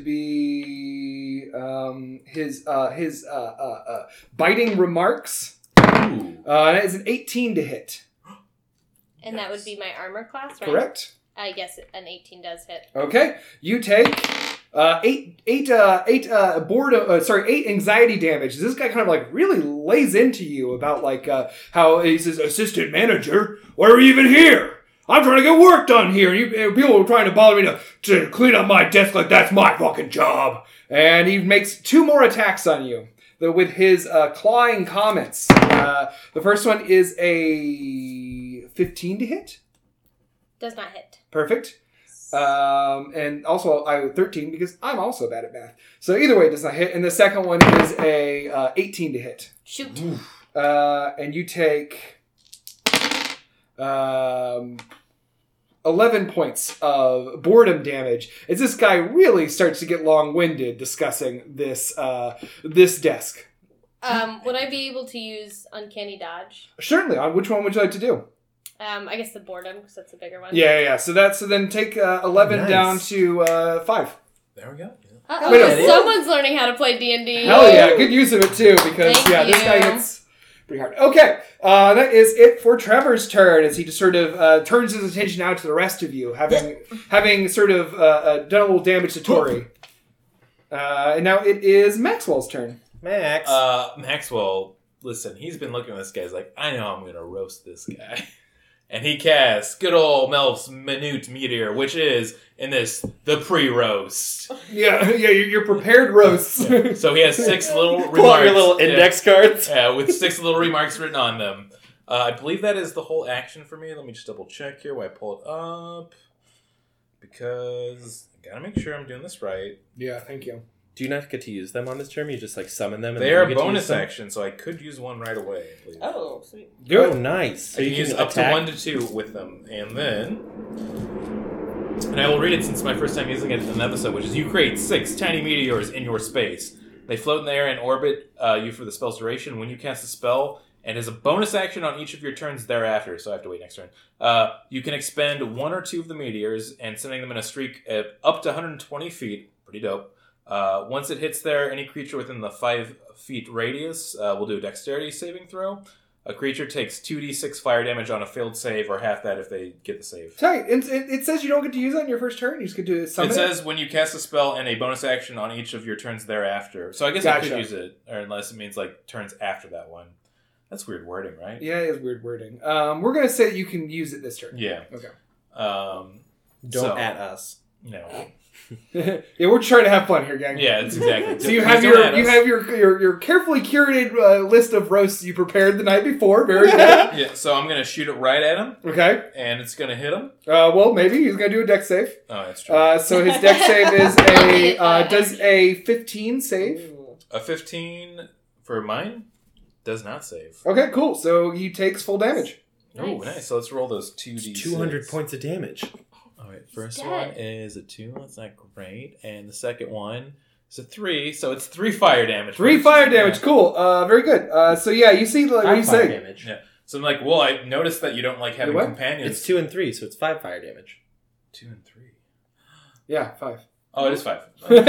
be um, his uh, his uh, uh, uh, biting remarks. Ooh. Uh, that is an 18 to hit, and that would be my armor class, right? correct? I guess an 18 does hit. Okay, you take uh, eight, eight, uh, eight uh, boredom. Uh, sorry, eight anxiety damage. This guy kind of like really lays into you about like uh, how he says, "Assistant manager, why are you even here? I'm trying to get work done here, and you and people are trying to bother me to to clean up my desk like that's my fucking job." And he makes two more attacks on you. The, with his uh, clawing comments. Uh, the first one is a 15 to hit. Does not hit. Perfect. Um, and also I 13 because I'm also bad at math. So either way, it does not hit. And the second one is a uh, 18 to hit. Shoot. Uh, and you take um, 11 points of boredom damage as this guy really starts to get long-winded discussing this uh, this desk. Um, would I be able to use uncanny dodge? Certainly. On which one would you like to do? Um, I guess the boredom because that's a bigger one. Yeah, yeah. yeah. So that's so then take uh, 11 Nice. down to uh, five. There we go. Uh-oh, Wait a- someone's learning how to play D and D. Hell yeah, good use of it too, because Thank yeah, this you. guy gets pretty hard. Okay, uh, that is it for Trevor's turn as he just sort of uh, turns his attention now to the rest of you, having having sort of uh, uh, done a little damage to Tori. Uh, and now it is Maxwell's turn. Max. Uh, Maxwell, listen, he's been looking at this guy's like, I know I'm going to roast this guy. And he casts good old Melf's Minute Meteor, which is, in this, the pre roast. Yeah, yeah, your, your prepared roasts. So he has six little remarks. Pull out your little Yeah. index cards. Yeah, with six little remarks written on them. Uh, I believe that is the whole action for me. Let me just double check here while I pull it up. Because I gotta make sure I'm doing this right. yeah, thank you. Do you not get to use them on this term? You just like summon them. And They then are you get to bonus use them? action, so I could use one right away. I believe. Oh, sweet. Do Oh, it. nice. So I you can use can up to attack- one to two with them, and then. And I will read it since my first time using it in an episode, which is you create six tiny meteors in your space. They float in the air and orbit uh, you for the spell's duration. When you cast a spell, and as a bonus action on each of your turns thereafter, so I have to wait next turn, uh, you can expend one or two of the meteors and sending them in a streak of up to 120 feet. Pretty dope. Uh, once it hits there, any creature within the five feet radius uh, will do a dexterity saving throw. A creature takes 2d6 fire damage on a failed save, or half that if they get the save. Sorry, it, it, it says you don't get to use that on your first turn. You just get to summon it says when you cast a spell and a bonus action on each of your turns thereafter. So I guess I could Gotcha. use it, or unless it means like turns after that one. That's weird wording, right? Yeah, it is weird wording. Um, we're gonna say you can use it this turn. Yeah. Okay. Um, Don't So- at us. no. yeah, we're trying to have fun here, gang. Yeah, it's exactly. So you Please have don't your at you us. have your your, your carefully curated uh, list of roasts you prepared the night before. Very good. Yeah, so I'm gonna shoot it right at him, okay. and it's gonna hit him. Uh, well, maybe he's gonna do a deck save. Oh, that's true. Uh, so his deck save is a uh, does a fifteen save. a 15 for mine does not save. Okay, cool. So he takes full damage. Oh, Nice. nice. So let's roll those two d. It's 200 points of damage. All right, first dead. one is a two. That's not great, and the second one is a three. So it's three fire damage. Three First. fire damage. Yeah. Cool. Uh, very good. Uh, so yeah, you see like what Five you fire say. damage. Yeah. So I'm like, well, I noticed that you don't like having what? companions. It's two and three, so it's five fire damage. two and three. Yeah, five. Oh, it is five. This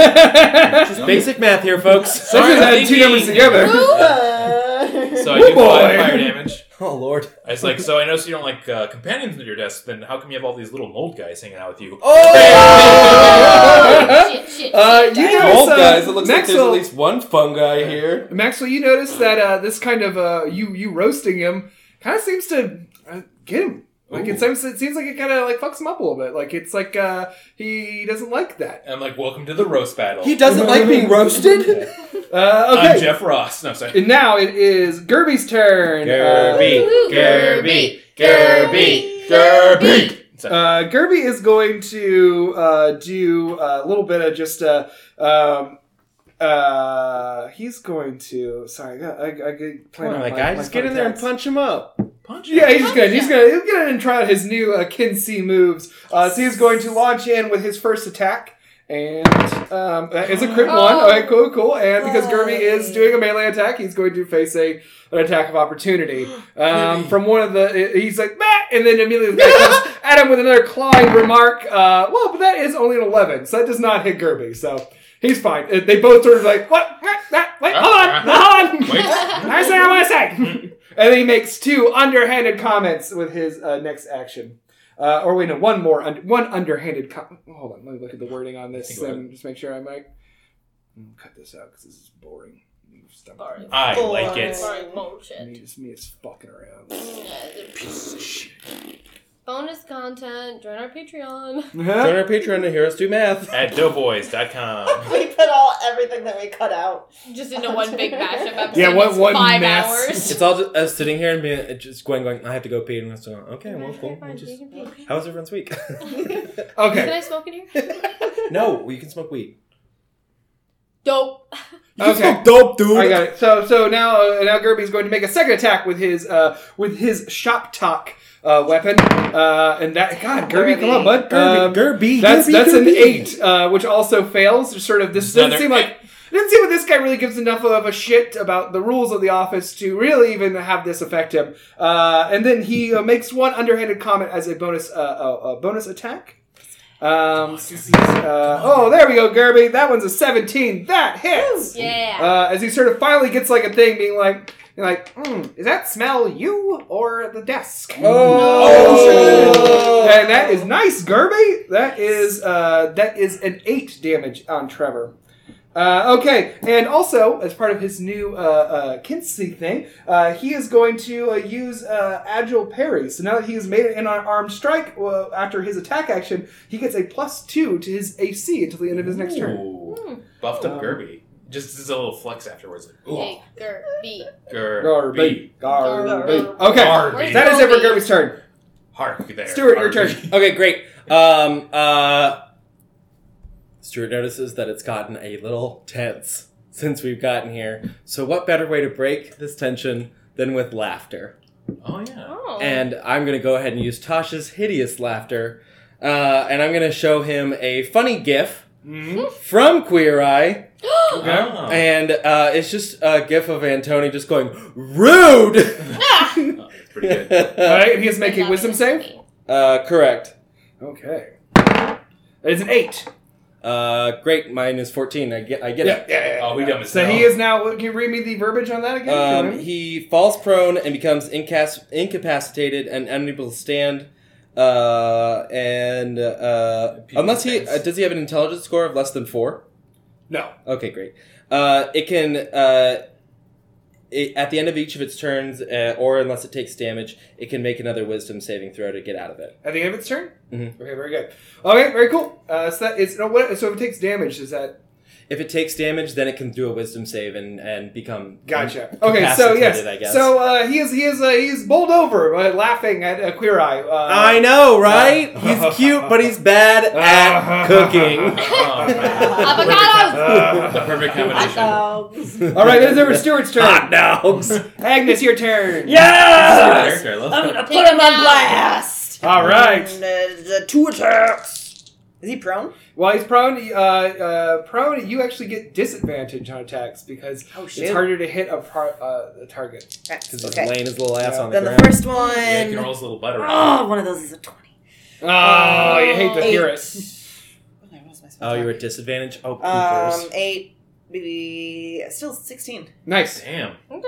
Just basic math here, folks. Sorry, is adding two thinking. numbers together. so Uh, I do Oh, five boy. fire damage. oh lord. I was like, so I noticed you don't like uh, companions at your desk. Then how come you have all these little mold guys hanging out with you? Oh, shit, shit, shit. Uh, you notice, uh, Maxwell, one fungi here. Maxwell, you notice that uh, this kind of uh, you you roasting him kind of seems to uh, get him. Like it Ooh. seems, it seems like it kind of like fucks him up a little bit. Like it's like uh, he doesn't like that. And I'm like, welcome to the roast battle. He doesn't like being roasted. Uh, I'm okay, Jeff Ross. No, sorry. and now it is Gerby's turn. Uh, Gerby. Woo-hoo, Gerby, Gerby, Gerby. Uh, uh, Gerby is going to uh, do a little bit of just uh, um, uh, he's going to. Sorry, I, I, I get Come playing on, out my my- guy, my just get in there and contacts. punch him up. Punch Yeah, he's him. just gonna he's gonna he's gonna try out his new uh, Kinsey moves. Uh, so he's going to launch in with his first attack, and um, that is a crit Oh. one. All right, cool, cool. And because Gerby Yay. is doing a melee attack, he's going to face a an attack of opportunity um, Gerby. from one of the. He's like, bah! and then immediately the guy comes at him with another clawing remark. Uh, well, but that is only an eleven, so that does not hit Gerby. So. He's fine. Uh, They both sort of like, what? What? That? Wait, hold on, hold on. Wait. I say, I want to say. and then he makes two underhanded comments with his uh, next action. Uh, or wait, no, one more, un- one underhanded. Com- Hold on, let me look at the wording on this Think about and just make sure I'm like. Mm, Cut this out because this is boring. Stop. Sorry. I Boy. like it. Sorry, bullshit. Me, it's me, it's fucking around. Bonus content. Join our Patreon. Join our Patreon to hear us do math. At doughboys.com. we put all everything that we cut out. Just into one big mashup episode. Yeah, what- It's one five mess. hours. It's all just us sitting here and being it's just going, going. I have to go pee, and we're just going. Okay, well, cool. We'll Okay, fine, just, you can pee. how was everyone's week? Can Okay, I smoke in here? no, you can smoke weed. Dope. You can Okay. smoke dope, dude. I got it. So, so now, uh, now Gerby's going to make a second attack with his, uh, with his shop talk uh, weapon, uh, and that. God, Gerby, come on, bud. Uh, Um, Gerby, That's Gerby, that's an Gerby. eight, uh, which also fails. Just sort of this doesn't Another seem like it doesn't seem like this guy really gives enough of a shit about the rules of the office to really even have this affect him. Uh, and then he uh, makes one underhanded comment as a bonus uh, a, a bonus attack. Um, since he's, uh, oh, there we go, Gerby. That one's a seventeen. That hits. Yeah. Uh, as he sort of finally gets like a thing, being like, being like, mm, is that smell you or the desk? Oh. and that is nice, Gerby. That is uh, that is an eight damage on Trevor. Uh, okay, and also as part of his new uh, uh, Kinsey thing, uh, he is going to uh, use uh, agile parry. So now that he has made an unarmed strike uh, after his attack action, he gets a plus two to his AC until the end of his next turn. Ooh. Buffed up Um, Gerby. Just as a little flex afterwards. Like, ooh, Hey, Ger, B. Gerby. Garby. Garby. Okay. Garby. That is it for Gerby's turn. Hark there. Stuart, your Garby. turn. Okay, great. Um, uh, Stuart notices that it's gotten a little tense since we've gotten here. So, what better way to break this tension than with laughter? Oh, yeah. Oh. And I'm going to go ahead and use Tasha's hideous laughter. Uh, and I'm going to show him a funny gif Mm-hmm. Uh, from Queer Eye. Oh. And uh, it's just a gif of Antoni just going, rude! Oh, that's pretty good. All right, and he is making wisdom save. uh, correct. Okay. That is an eight. Uh, great, mine is 14. I get, I get Yeah, it. yeah, yeah, Oh, we yeah. dumb as So hell. he is now. Can you read me the verbiage on that again? Um, he falls prone and becomes incas- incapacitated and unable to stand. Uh, and uh, People unless he sense. uh, does, he have an intelligence score of less than four. no. Okay, great. Uh, it can uh, it, at the end of each of its turns, uh, or unless it takes damage, it can make another Wisdom saving throw to get out of it. At the end of its turn. Mhm. Okay, very good. Okay, very cool. Uh, so that is no, what, so if it takes damage, is that If it takes damage, then it can do a Wisdom save and and become gotcha? Okay, so yes, Mm-hmm. incapacitated, I guess. so uh, he is he is uh, he's bowled over by laughing at uh, Queer Eye. Uh, I know, right? He's cute, but he's bad at cooking. Oh, man. Avocados! Uh, the perfect combination. dogs. All right, then there was Stewart's turn. Hot dogs. Agnes, your turn. Yes! Character, I love I'm that. gonna Oh, put Take him on him out. blast. All right. And, uh, the two attacks. Is he prone? Well, he's prone. Uh, uh, prone. You actually get disadvantage on attacks because Oh it's harder to hit a, par- uh, a target. Because he's Okay. laying his little ass Yeah. on the Then the ground. first one. Yeah, you can roll his little butter. around. Oh, one of those is a twenty. Oh, you hate to hear it. Okay, what was my spell oh, you're attack? at disadvantage. Oh, Um, poopers. eight, maybe still sixteen. Nice. Damn. Okay.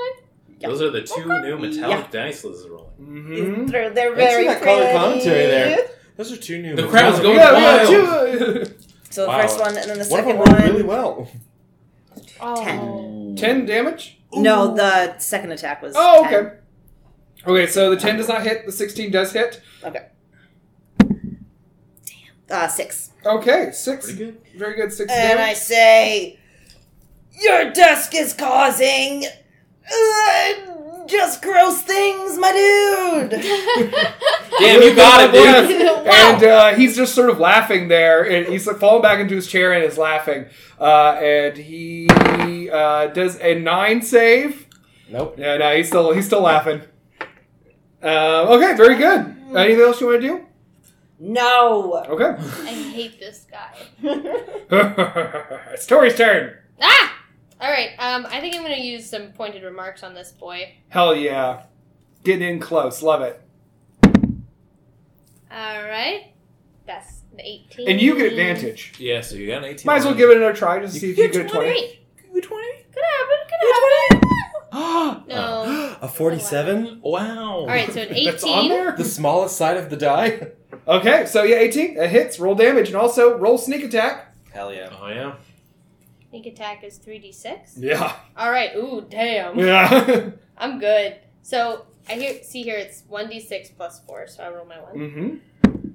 Yeah. Those are the two Okay. new metallic dice Liz is rolling. Mm-hmm. They're, Thanks for they're very that pretty. color commentary there. Those are two new. The crowd's Yeah, going yeah, wild. two, So the Wow. first one, and then the One of second them one. rolled really well. Oh. uh, ten damage. No, the second attack was. Oh, 10. okay. Okay, so the ten does not hit. The sixteen does hit. Uh, six. Okay, six. Pretty good. Very good. Six And I damage. say, Your desk is causing uh, just gross things, my dude. Damn, you got it, dude. And uh, he's just sort of laughing there, and he's like falling back into his chair and is laughing. Uh, and he uh, does a nine save. Nope. Yeah, no, he's still he's still laughing. Uh, okay, very good. Anything else you want to do? No. Okay. I hate this guy. it's Tori's turn. Ah! Alright, um, I think I'm gonna use some pointed remarks on this boy. Hell yeah. Getting in close. Love it. Alright. That's an 18. And you get advantage. Yeah, so you got an 18. Might as well give it another try just to see if you get a 20. Great. Could happen, could happen. No. a 47? Wow. All right, so an That's on 18. there? The smallest side of the die? Okay, so yeah, 18. That hits. Roll damage and also roll sneak attack. Hell yeah. Oh, yeah. Sneak attack is 3d6. Yeah. All right. Ooh, damn. Yeah. I'm good. So I hear, see here, it's 1d6 plus 4, so I roll my 1. mm-hmm.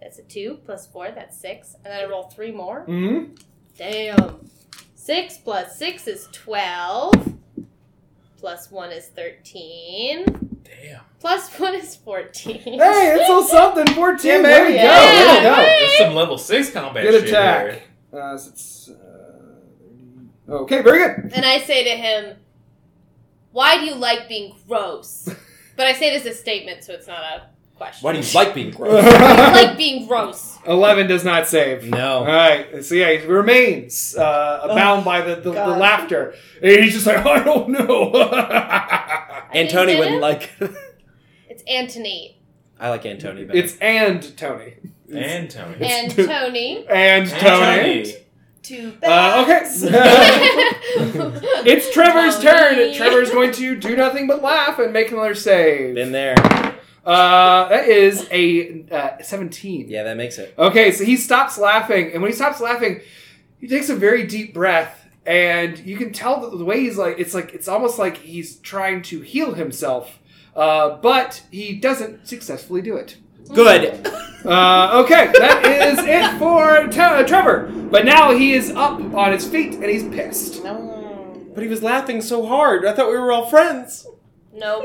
That's a 2 plus 4, that's 6. And then I roll 3 more. Mm-hmm. Damn. 6 plus 6 is 12. Plus 1 is 13. Damn. Plus 1 is 14. Hey, it's all something. 14. Yeah, there baby. you go. Yeah. There you go. Hey. There's some level 6 combat Good shit attack. here. Uh, so it's, uh, okay, very good. And I say to him, Why do you like being gross? But I say it as a statement, so it's not a question. Why do you like being gross? I like being gross. 11 does not save. All no. right, so yeah, he remains uh, bound by the, the, the God. laughter. And he's just like, I don't know. I Antony didn't say wouldn't it. like. It's Antony I like Antony better. it's and Tony. And Tony. and Tony. And Tony. Two Uh, okay. it's Trevor's turn. Trevor's going to do nothing but laugh and make another Been save. there. Uh, that is a uh, 17. Yeah, that makes it. Okay, so he stops laughing, and when he stops laughing, he takes a very deep breath, and you can tell that the way he's like, it's like it's almost like he's trying to heal himself, uh, but he doesn't successfully do it. Good. Uh, okay, that is it for Te- uh, Trevor. But now he is up on his feet, and he's pissed. No. But he was laughing so hard. I thought we were all friends. Nope.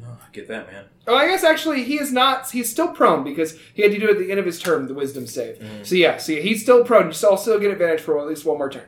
No, I get that, man. Oh, I guess actually he is not. He's still prone because he had to do it at the end of his term, the wisdom save. Mm. So yeah, so yeah, he's still prone. So I'll still get advantage for at least one more turn.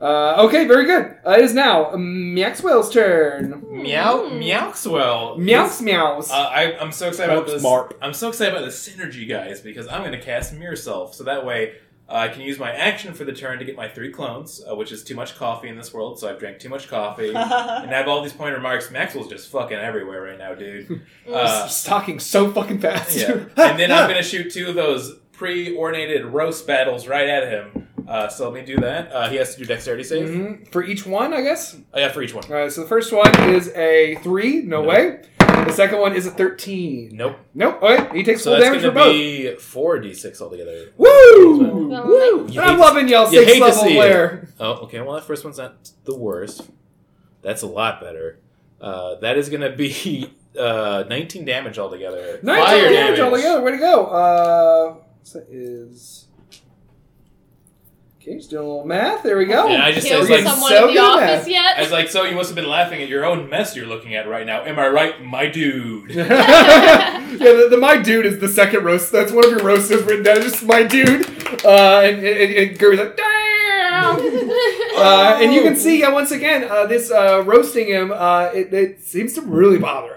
Uh, okay, very good. Uh, it is now Maxwell's turn. Hmm. Meow, Meowxwell. Meows, meows. Uh, I, I'm so excited about Oops, this. Marp. I'm so excited about the synergy, guys, because I'm going to cast Mirror Self, so that way uh, I can use my action for the turn to get my three clones, uh, which is too much coffee in this world. So I've drank too much coffee, and I have all these point remarks. Maxwell's just fucking everywhere right now, dude. Uh, He's talking so fucking fast. yeah. And then I'm going to shoot two of those pre-ornated roast battles right at him. Uh, so let me do that. Uh, he has to do dexterity save. Mhm. For each one, I guess. Uh, yeah, for each one. All right, so the first one is a three. No, No. way. The second one is a thirteen. Nope. Nope. All right, he takes So full that's damage for going both. to be four d6 altogether. Woo! Well, Woo! You I'm hate- loving y'all you hate six to level see it. lair. Oh, okay. Well, that first one's not the worst. That's a lot better. Uh, that is going to be uh, 19 damage altogether. Nine Fire total damage damage. altogether. Way to go. Uh, so that is. Okay, just doing a little math. There we go. Yeah, I just Killed says like someone so in good the at office that. yet? I was like, so you must have been laughing at your own mess you're looking at right now. Am I right, my dude? yeah, the, the my dude is the second roast. That's one of your roasts that's written down. It's just my dude. Uh, and, and, and Gary's like, damn! Uh, and Oh. you can see uh, once again uh, this uh, roasting him. Uh, it, it seems to really bother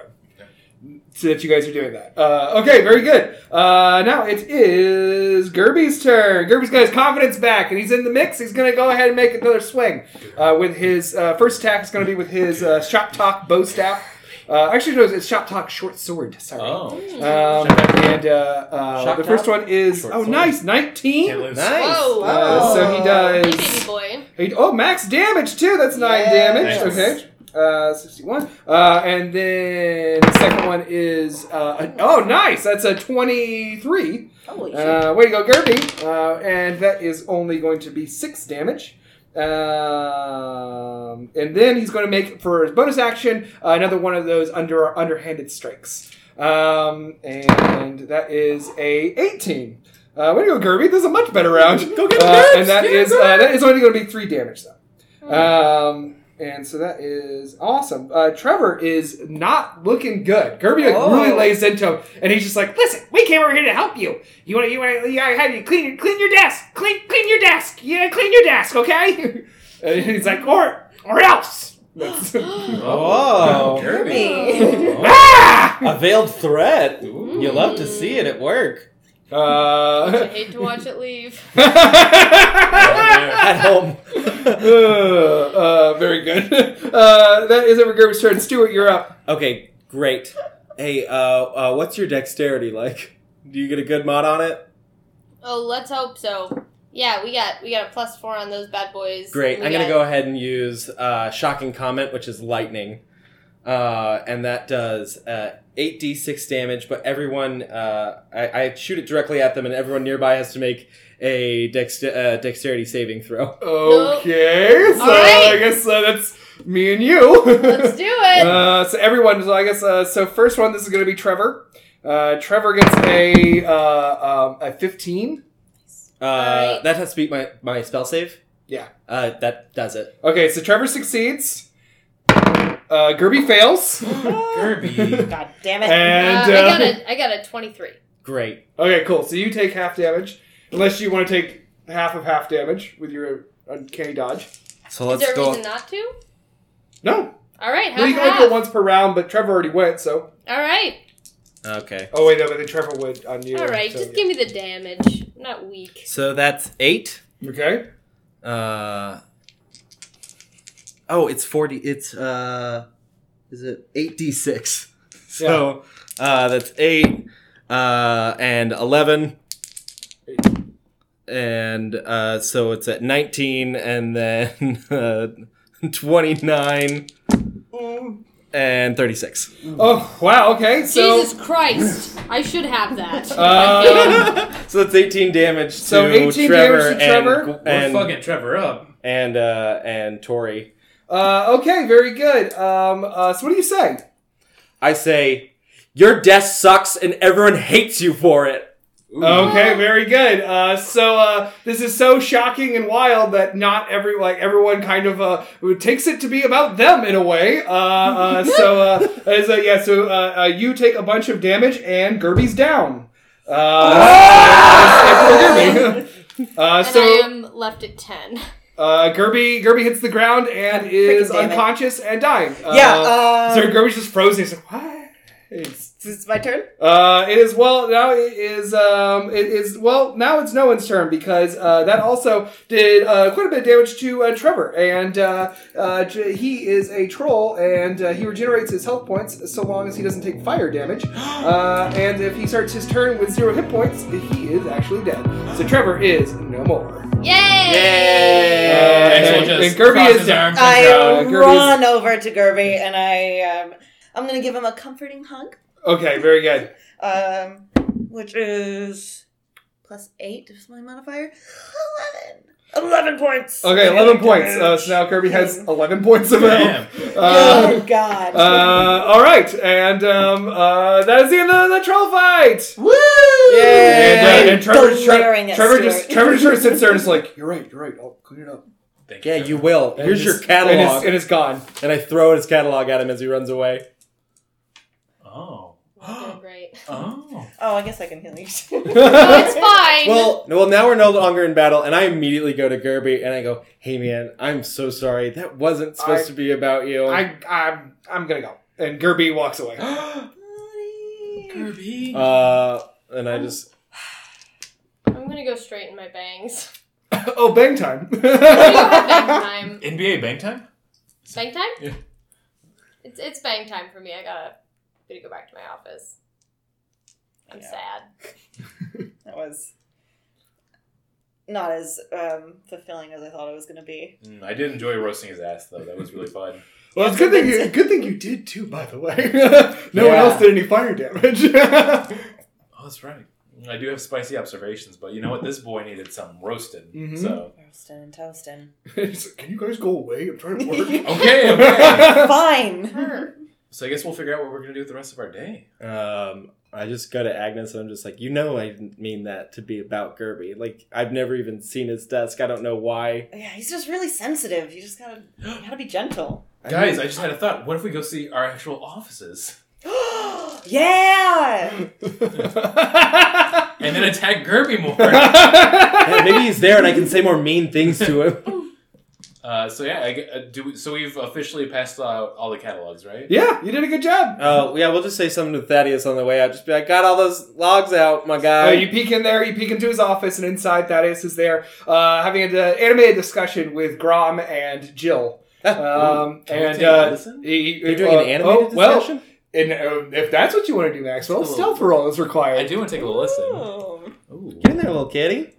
him. So that you guys are doing that. Uh, okay, very good. Uh, now it is Gerby's turn. Gerby's got his confidence back, and he's in the mix. He's going to go ahead and make another swing uh, with his uh, first attack. Is going to be with his uh, shop talk bow staff. Uh, actually, no, it's shop talk short sword. Sorry. oh. Um, and uh, uh, Shock the top? first one is Short oh sword. nice nineteen. Can't lose. Whoa. Uh, so he Hey, does. baby boy. Eight- oh, max damage too. That's nine Yes. damage. Nice. Okay. Uh, 61. Uh, and then the second one is. Uh, a- oh, nice. That's a 23. Holy shit. Uh, way to go, Gerby. Uh, and that is only going to be six damage. Um, and then he's going to make, for his bonus action, uh, another one of those under underhanded strikes. Um, and that is a 18. Uh, way to go, Gerby. This is a much better round. Go get the uh, Gerbs! And that Yeah, is go uh, that is only going to be three damage, though. Um, and so that is awesome. Uh, Trevor is not looking good. Gerby like, Oh. really lays into him, and he's just like, "Listen, we came over here to help you. You want to, you want to, you gotta have you clean, your- clean your desk, clean, clean your desk. You gotta clean your desk, okay?" and he's like, "Or, or else." That's- Oh. Kirby. ah! A veiled threat. Ooh. You love to see it at work. I Uh, hate to watch it leave. At home. uh, uh, very good. Uh, that is over Gerber's turn. Stuart, you're up. okay, great. Hey, uh, uh, what's your dexterity like? Do you get a good mod on it? Oh, let's hope so. Yeah, we got we got a plus four on those bad boys. Great. We I'm gonna got- go ahead and use uh, shocking comment, which is lightning, uh, and that does uh, eight d six damage. But everyone, uh, I, I shoot it directly at them, and everyone nearby has to make a dext- uh, dexterity saving throw. Okay, so All right. I guess uh, that's me and you. Let's do it. Uh, so everyone, so I guess uh, so. First one, this is going to be Trevor. Uh, Trevor gets a uh, um, a fifteen. Uh, Alright. That has to beat my my spell save. Yeah. uh, that does it. Okay, so Trevor succeeds. Uh, Gerby fails. Kirby. God damn it. And uh, I uh, got a I got a twenty three. Great. okay, cool. So you take half damage, unless you want to take half of half damage with your uncanny dodge. So Is let's there a go. reason not to? No, All right, well, half you can only half. go once per round, but Trevor already went. So All right, Okay. oh wait, no, but then Trevor would on you. all right. so- Just give me the damage. I'm not weak. So that's eight. Okay. Uh, oh, it's forty. It's uh, is it eight d six? So uh, that's eight uh, and eleven, and uh, so it's at nineteen, and then uh, twenty nine. And thirty-six. Oh wow. Okay. So Jesus Christ! I should have that. Uh, so that's eighteen damage. So to 18 Trevor damage to Trevor? and and We're fucking Trevor up. and, uh, and Tori. Uh, okay, very good. Um, uh, so what do you say? I say, your desk sucks, and everyone hates you for it. Okay, very good. Uh, so uh, this is so shocking and wild that not every like everyone kind of uh, takes it to be about them in a way. Uh, uh, so uh, as a, yeah, so uh, uh, you take a bunch of damage and Gerby's down. Uh, it's- it's for Gerby. Uh, Oh! and so I am left at ten. uh, Gerby Gerby hits the ground and is Freaking damn it. unconscious and dying. Uh, Yeah, um, so Gerby's just frozen. He's like, what? It's It's my turn. uh, it is well now. It is um, it is well now. It's no one's turn because uh, that also did uh, quite a bit of damage to uh, Trevor, and uh, uh, j- he is a troll, and uh, he regenerates his health points so long as he doesn't take fire damage. Uh, and if he starts his turn with zero hit points, he is actually dead. So Trevor is no more. Yay! Excellent. Axel and- just and Kirby crosses is his down. arms and I uh, Kirby's- run over to Gerby and I um, I'm gonna give him a comforting hug, Okay, very good. um, which is plus eight is my modifier, eleven. Eleven points. Okay, eleven points. Uh, so now Kirby has eleven points of health. Damn. Uh, oh God. Uh, all right, and um, uh, that is the end of the troll fight. Woo! And, uh, and Trevor, Tre- Glaring at Trevor just Stuart. Trevor just sits there and is like, "You're right, you're right. I'll clean it up." Thank Yeah, you will. And Here's it's- your and it's- catalog. and it's gone. And I throw his catalog at him as he runs away. Oh. Oh, great. Oh. Oh, I guess I can heal you. No, it's fine. Well, well, now we're no longer in battle, and I immediately go to Gerby and I go, "Hey, man, I'm so sorry. That wasn't supposed I- to be about you." I I'm I'm gonna go. And Gerby walks away. Oh. Kirby. uh, and I just I'm gonna go straighten my bangs. oh, bang time. bang time. NBA bank time? Bang time? Yeah. It's, it's bang time for me. I gotta, gotta go back to my office. I'm Yeah. sad. that was not as um, fulfilling as I thought it was going to be. Mm, I did enjoy roasting his ass though. That was really fun. well, it's good thing you good thing you did too. By the way, no one Yeah. else did any fire damage. Oh, that's right. I do have spicy observations, but you know what? This boy needed something roasted. Mhm. So Roasting and toasting. He's like, Can you guys go away? I'm trying to work. okay, okay. Fine. so I guess we'll figure out what we're gonna do with the rest of our day. um, I just go to Agnes and I'm just like, "You know, I didn't mean that to be about Gerby. Like, I've never even seen his desk. I don't know why." Yeah, he's just really sensitive. You just gotta, you gotta be gentle. Guys, I just had a thought. What if we go see our actual offices yeah. and then attack Gerby more? Hey, maybe he's there, and I can say more mean things to him. uh, so yeah, I g uh, do. We, so we've officially passed out all the catalogs, right? yeah, you did a good job. Oh, yeah, we'll just say something to Thaddeus on the way out. Just be like, "Got all those logs out, my Uh, guy." you peek in there, you peek into his office, and inside Thaddeus is there uh, having an animated discussion with Grom and Jill. Um, Can we and take uh, medicine? he- You're doing uh, an animated oh, well, discussion. and, uh, if that's what you want to do, Maxwell, Cool. stealth roll is I required. do want to take a little listen. Um, Ooh. Get in there, little kitty.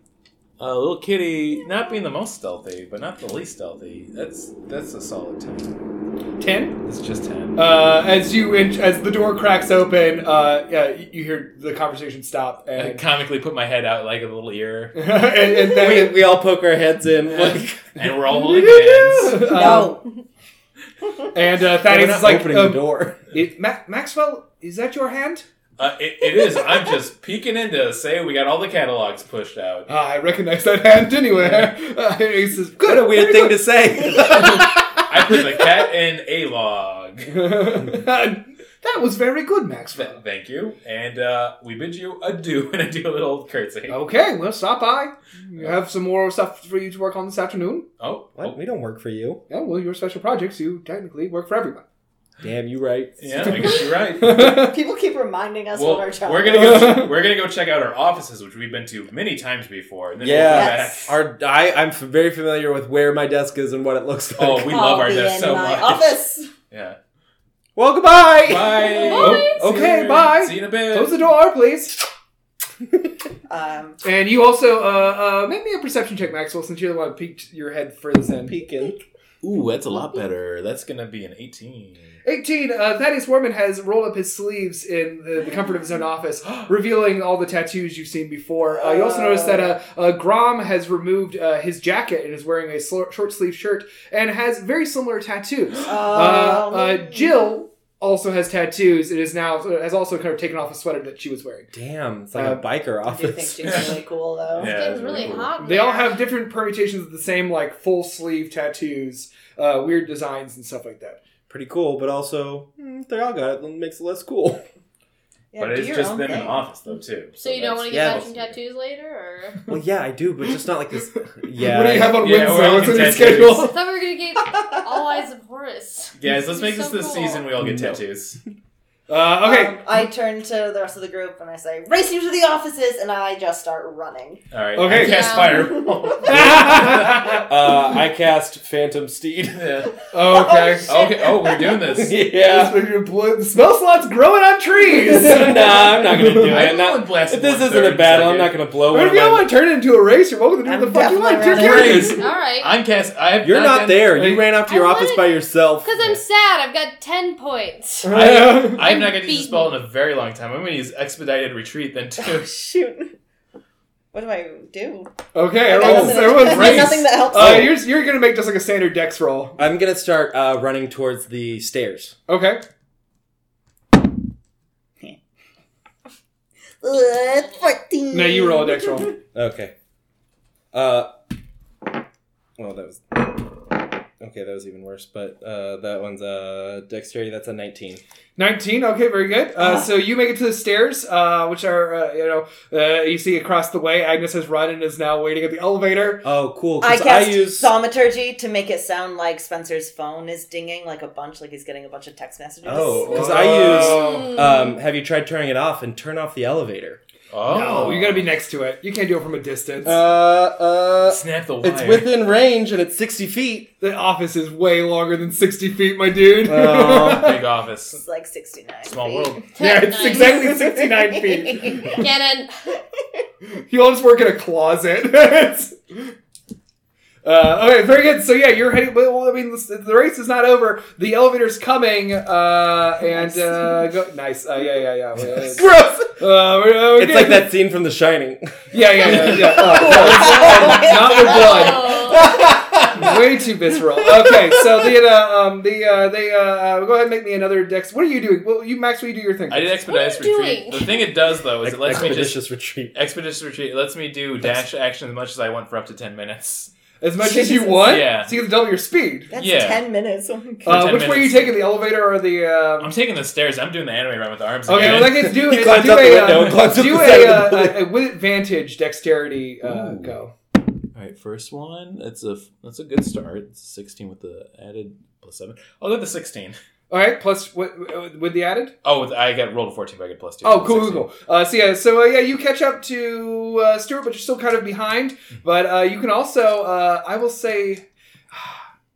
A little kitty, not being the most stealthy, but not the least stealthy. That's that's a solid ten. Ten. It's just ten. Uh, as you in- as the door cracks open, uh, yeah, you you hear the conversation stop, I and comically put my head out like a little ear, and, and then we, we all poke our heads in. Like, and we're all holding hands. Um, No. and uh, we're Thaddeus not is like, opening um, the door. it- Ma- Maxwell, is that your hand? Uh, it, it is. I'm just peeking in to say we got all the catalogs pushed out. Ah, I recognize that hand anywhere. Uh, he says, What "Good, a weird thing to say. I put the cat in a log. that was very good, Th- Maxwell. Thank you, and uh, we bid you adieu and I do a little curtsy. Oh, Okay, well, stop by. You have some more stuff for you to work on this afternoon. what? oh, We don't work for you. Yeah, well, your special projects, you technically work for everyone. Damn, you right. yeah, I guess you're right. People keep reminding us Well, what our job. we're gonna go. We're gonna go check out our offices, which we've been to many times before. And then we'll Yeah. come back. Yes. Our, I, I'm f- very familiar with where my desk is and what it looks like. Oh, we love our I'll be desk in so my much. Office. Yeah. well, goodbye. Bye. Bye. Oh, okay, bye. See you in a bit. Close the door, please. Um, And you also uh, uh, make me a perception check, Maxwell, since you're the one who peeked your head furthest in. Peeking. Ooh, that's a lot better. That's gonna be an 18. 18. Uh, Thaddeus Warman has rolled up his sleeves in the, the comfort of his own office, revealing all the tattoos you've seen before. Uh, you also notice that uh, uh, Grom has removed uh, his jacket and is wearing a sl- short sleeve shirt and has very similar tattoos. oh, Uh, uh, Jill also has tattoos and is now has also kind of taken off a sweater that she was wearing. Damn, it's like Uh, a biker I do think office. she's really cool though. Yeah, it's that's getting really really cool. hot. in They all there. have different permutations of the same like full sleeve tattoos, uh, weird designs and stuff like that. Pretty cool, but also mm, they all got it. Makes it less cool. Yeah, oh, but do it's your just own them in thing. the office though too. So you don't that's- want to yeah, get that's- matching tattoos later, or Well, yeah, I do, but just not like this. What do you Yeah. have on Yeah, we're Wednesday? all What's on your tattoos. I schedule? thought we were gonna get all eyes of Horus. Guys, let's It's make this so this cool. season we all get No. tattoos. Uh, Uh, okay. Um, I turn to the rest of the group and I say, "Race you to the offices!" And I just start running. All right. Okay. I cast Yeah. fire. Uh, I cast Phantom Steed. Yeah. okay. Okay. Oh, we're doing this. That's yeah. when your blood- the smell slot's growing on trees. nah, I'm not gonna do I it. don't Not- want blast if this one isn't a third battle, I'm second. not gonna blow But one if of you don't my- want to turn it into a race, you're welcome to do what I'm the fuck you want. definitely Your running. characters. All right. I'm cast. I have You're not, not done- there. You Like- ran off to your I office wanted- by yourself. Because I'm sad. I've got 10 points. Uh, I have not gotten to use Beaten. the spell in a very long time. I'm going to use expedited retreat then too. Shoot. What do I do? okay, I got everyone's, nothing- everyone's I've got race. nothing that helps. Uh, you're, you're gonna make just like a standard dex roll. I'm gonna start uh, running towards the stairs. Okay. Uh, Fourteen. No, you roll a dex roll. Okay. Uh. Well, that was okay. That was even worse. But uh, that one's uh, dexterity. That's a 19. 19 okay very good Uh-huh. uh, so you make it to the stairs uh, which are uh, you know uh, you see across the way agnes has run and is now waiting at the elevator Oh, cool. I 'cause cast I use thaumaturgy to make it sound like Spencer's phone is dinging like a bunch, like he's getting a bunch of text messages. Oh, because I use. Um, have you tried turning it off and turn off the elevator? Oh, no you gotta be next to it you can't do it from a distance Uh, uh. Snap the wire. It's within range and it's 60 feet. the office is way longer than 60 feet my dude Oh. big office. It's like sixty-nine. Small feet. world. yeah it's Nice. exactly Oh, 69 feet Cannon. He'll just work in a closet. uh, okay, very good. So yeah, you're heading. Well, I mean, the, the race is not over. The elevator's coming, uh, and uh, go nice. Uh, yeah, yeah, yeah. Gross. Uh, we're- uh, we're It's good. like that scene from The Shining. Yeah, yeah, yeah. yeah. Oh, Oh. not with blood. Way too visceral. Okay, so the uh, um the uh, they uh, uh, go ahead and make me another dex. What are you doing? Well, you Max, will you do your thing? I did expeditious What are you retreat. doing? The thing it does though is it lets me just Expeditious retreat. expeditious retreat. It lets me do dash action as much as I want for up to ten minutes. as much as you want. Yeah. So you can double your speed. That's Yeah. ten minutes. Oh my God. Uh, 10 which way are you minutes. taking the elevator or the? Um, I'm taking the stairs. I'm doing the anime run with the arms. Okay, again. well, that gets do He is do climbs up the a window uh, and climbs up do the side a, of the uh, building. a with advantage dexterity uh, Ooh. go. All right, first one. That's a that's a good start. It's sixteen with the added plus seven. I'll go the Oh, sixteen. All right, plus what with the added? Oh, with, I got rolled a fourteen, but I get plus two. Oh, cool, 16. cool, cool. Uh, so yeah, so uh, yeah, you catch up to uh, Stuart, but you're still kind of behind. Mm-hmm. But uh, you can also, uh, I will say,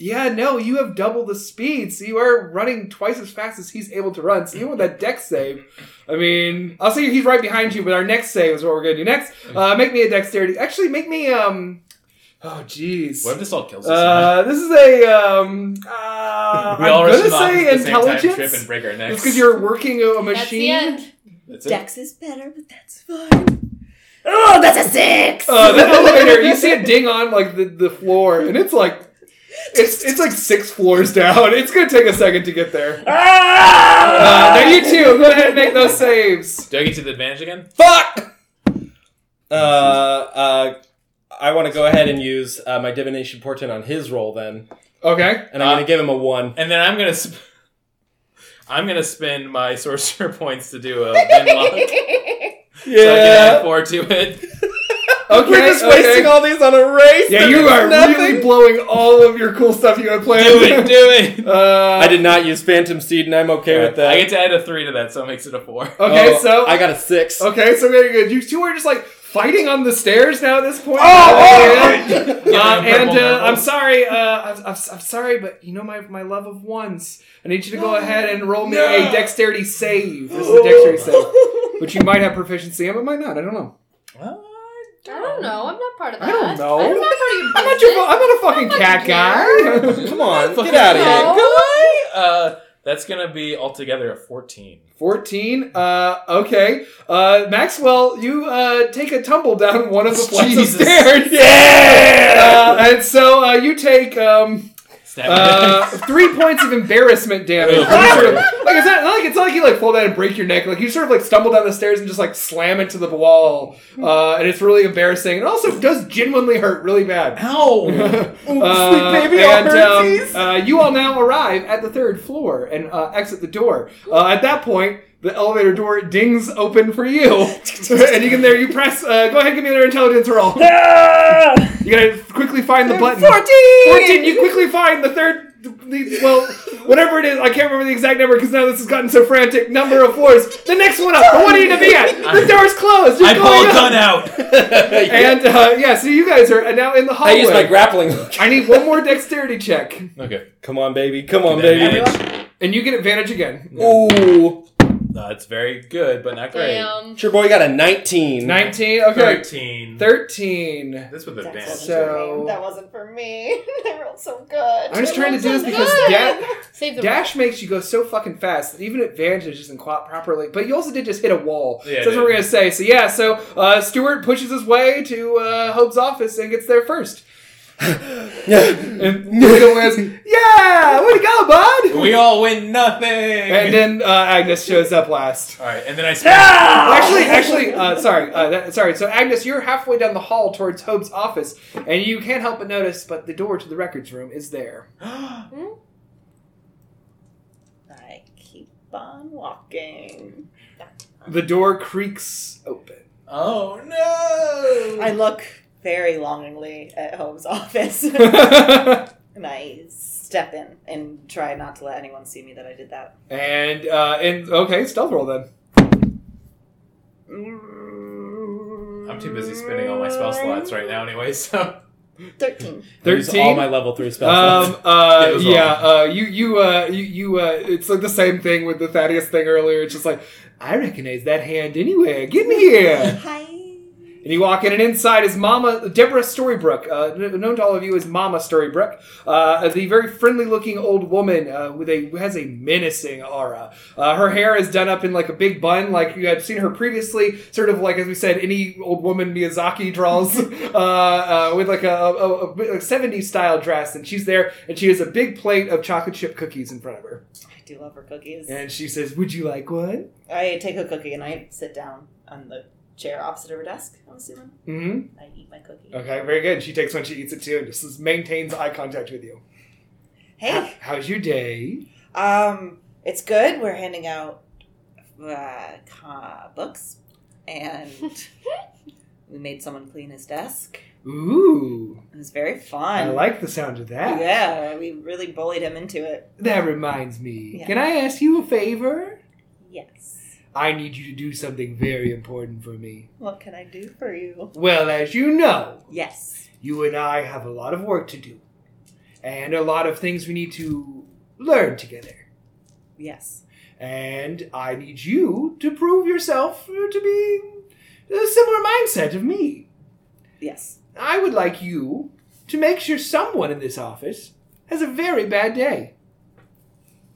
yeah, no, you have double the speed, so you are running twice as fast as he's able to run. So even with that deck save, I mean, I'll say he's right behind you. But our next save is what we're gonna do next. Uh, Mm-hmm. make me a dexterity. Actually, make me um. Oh, jeez. What if this all kills us? Uh, this is a um. Uh, we I'm all rush gonna them off say at the same time, trip and intelligence. break our necks. It's because you're working a That's the machine. end. That's it. Dex is better, but that's fine. Oh, that's a six. Uh, the elevator. You see it ding on like the, the floor, and it's like it's it's like six floors down. It's gonna take a second to get there. Ah! Uh, now you two, go ahead and make those saves. Do I get to the advantage again? Fuck! Uh, uh, I want to go ahead and use uh, my divination portent on his roll then, Okay. and I'm Uh, gonna give him a one. And then I'm gonna. Sp- I'm gonna spend my sorcerer points to do a bin lock. so I can add four to it. Okay. We're just okay. wasting all these on a race. yeah, that you means are nothing. really blowing all of your cool stuff you had planned. Do it, do it. Uh, I did not use Phantom Seed, and I'm okay with that. I get to add a three to that, so it makes it a four. Okay, Oh, so I got a six. Okay, so very good. You two are just like fighting on the stairs now at this point. Oh, Yeah. Uh, Yeah, and uh, purple I'm marbles. sorry. Uh, I'm, I'm, I'm sorry, but you know my, my love of ones. I need you to go ahead and roll me a dexterity save. This is a dexterity save, which you might have proficiency in, but might not. I don't know. I don't know. I'm not part of that. I don't know. I'm not part of your I'm not your. business. fu- I'm not a fucking cat guy. Come on, Fucking get out of no. here. Uh, that's gonna be altogether a fourteen. Fourteen. Uh, okay. Uh, Maxwell, you uh, take a tumble down one of the flights of Jesus. stairs. Yeah. Uh, and so uh, you take. Um, Snap. Uh, three points of embarrassment damage. You sort of- like it's not, not like it's not like you like fall down and break your neck. Like you sort of like stumble down the stairs and just like slam into the wall, uh, and it's really embarrassing. It also does genuinely hurt really bad. Ow! Uh, sweet baby, all and hurtsies. um, uh, you all now arrive at the third floor and uh, exit the door. Uh, at that point, the elevator door dings open for you, and you can there you press. Uh, go ahead, give me another intelligence roll. You gotta quickly find the button. 14! 14, you quickly find the third the, well, whatever it is, I can't remember the exact number because now this has gotten so frantic. Number of floors. The next one up. But what are you to be at? The door's closed. You're I pull going a up. gun out. And uh, yeah, so you guys are now in the I hallway. use my grappling hook. I need one more dexterity check, Okay, come on, baby, come on, baby. and you get advantage again. Ooh, That's very good, but not great. Damn. your boy got a nineteen. Nineteen. Okay, Thirteen. thirteen. This with That advantage. wasn't So- for me. That wasn't for me. I rolled so good. I'm just trying to do this because Good. da- Save the dash makes you go so fucking fast that even advantage isn't caught properly. But you also did just hit a wall. so Yeah, I that's what did. we're gonna say. So yeah, so uh, Stewart pushes his way to uh, Hope's office and gets there first. Yeah. And Morgan was, "Yeah, way to go, bud!" we all win nothing. And then uh, Agnes shows up last. all right, and then I smash. Actually, actually, uh, sorry, uh, that, sorry. So Agnes, you're halfway down the hall towards Hope's office, and you can't help but notice, but the door to the records room is there. I keep on walking. The door creaks open. oh no! I look very longingly at Holmes' office, and I step in and try not to let anyone see me that I did that. and uh, and okay, stealth roll then. I'm too busy spinning all my spell slots right now, anyway. So Thirteen. Use all my Thirteen. level three spells. Um. Uh. It was Yeah. Uh. You. You. Uh. You. you uh, it's like the same thing with the Thaddeus thing earlier. It's just like I recognize that hand anywhere. Get me here. Hi. And you walk in, and inside is Mama Deborah Storybrooke, uh, kn- known to all of you as Mama Storybrooke, uh, the very friendly-looking old woman uh, with a who has a menacing aura. Uh, her hair is done up in like a big bun, like you had seen her previously, sort of like as we said, any old woman Miyazaki draws, uh, uh, with like a, a, a, a '70s style dress. And she's there, and she has a big plate of chocolate chip cookies in front of her, I do love her cookies. and she says, "Would you like one?" I take a cookie and I sit down on the chair opposite her desk. I'm assuming. Mm-hmm. I eat my cookie. Okay, very good. She takes one, she eats it too, and just maintains eye contact with you. Hey, How's your day? um, it's good. We're handing out uh, co- books, and we made someone clean his desk. Ooh, It was very I fun. like the sound of that. Yeah, we really bullied him into it. That reminds me. Yeah. Can I ask you a favor? Yes. I need you to do something very important for me. What can I do for you? Well, as you know, Yes. you and I have a lot of work to do, and a lot of things we need to learn together. Yes. And I need you to prove yourself to be a similar mindset of me. Yes. I would like you to make sure someone in this office has a very bad day.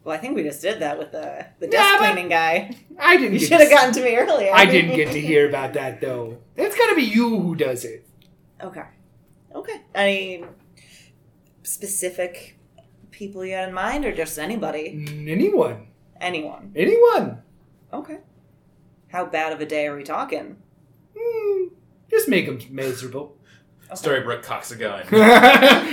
Well, I think we just did that with the, the desk Yeah, but- cleaning guy. I didn't You get should to have gotten to me earlier. I didn't get to hear about that though. It's gotta be you who does it. Okay. Okay. I mean, specific people you had in mind or just anybody? Mm. Anyone. Anyone. Anyone. Okay. How bad of a day are we talking? Hmm. Just make them miserable. Storybrooke cocks a gun.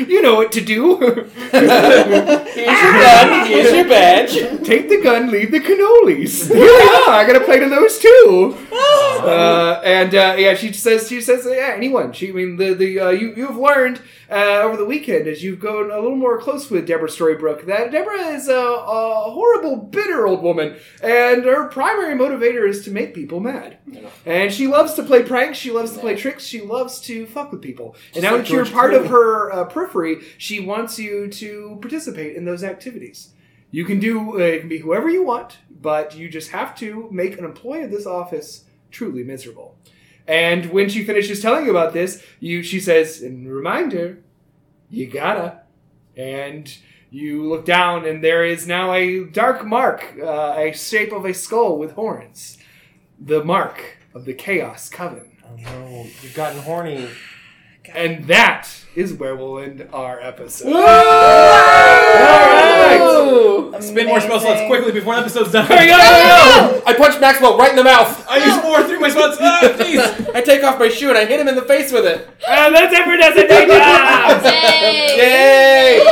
you know what to do. here's your gun. Here's your badge. Take the gun, leave the cannolis. Here they are. I got to play to those too. Uh, and uh, yeah, she says she says yeah anyone. She I mean the the uh, you you've learned uh, over the weekend as you've gone a little more close with Deborah Storybrooke that Deborah is a, a horrible bitter old woman and her primary motivator is to make people mad. And she loves to play pranks. She loves to play tricks. She loves to fuck with people. and now like that you're George part of Clooney. her uh, periphery, she wants you to participate in those activities. You can do uh, it can be whoever you want, but you just have to make an employee of this office truly miserable. And when she finishes telling you about this, you she says, and reminder, you gotta. And you look down, and there is now a dark mark, uh, a shape of a skull with horns the mark of the Chaos Coven. Oh no, you've gotten horny. And that is where we'll end our episode. All right. Spin more spell slots quickly before the episode's done. Hurry up, hurry up. I punched Maxwell right in the mouth. I use more three my spots. Ah, please. I take off my shoe and I hit him in the face with it. And that's it for Designation! Yay! Yay!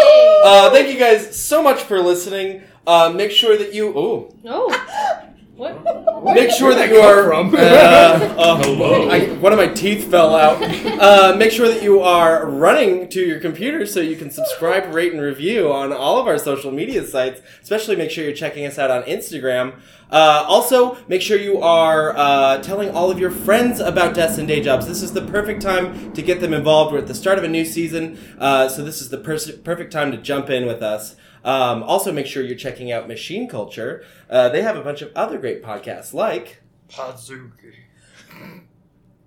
Uh, thank you guys so much for listening. Uh, make sure that you. Ooh. No. Oh. What? Make sure that you are. From. Uh, uh, Hello. I, one of my teeth fell out. Uh, make sure that you are running to your computer so you can subscribe, rate, and review on all of our social media sites. Especially make sure you're checking us out on Instagram. Uh, also, make sure you are uh, telling all of your friends about Deaths and Day Jobs. This is the perfect time to get them involved. We're at the start of a new season, uh, so this is the pers- perfect time to jump in with us. Um, also, make sure you're checking out Machine Culture. Uh, they have a bunch of other great podcasts like.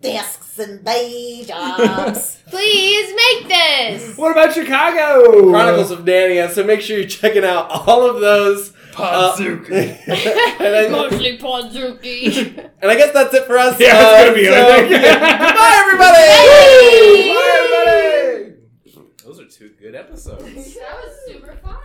Desks and day jobs. Please make this. What about Chicago? Chronicles of Narnia. So make sure you're checking out all of those. Uh, and, I, Mostly Podzuki. and I guess that's it for us. Uh, Yeah, that's gonna be it, I think. Bye, Goodbye, everybody. Bye. everybody! Those are two good episodes. that was super fun.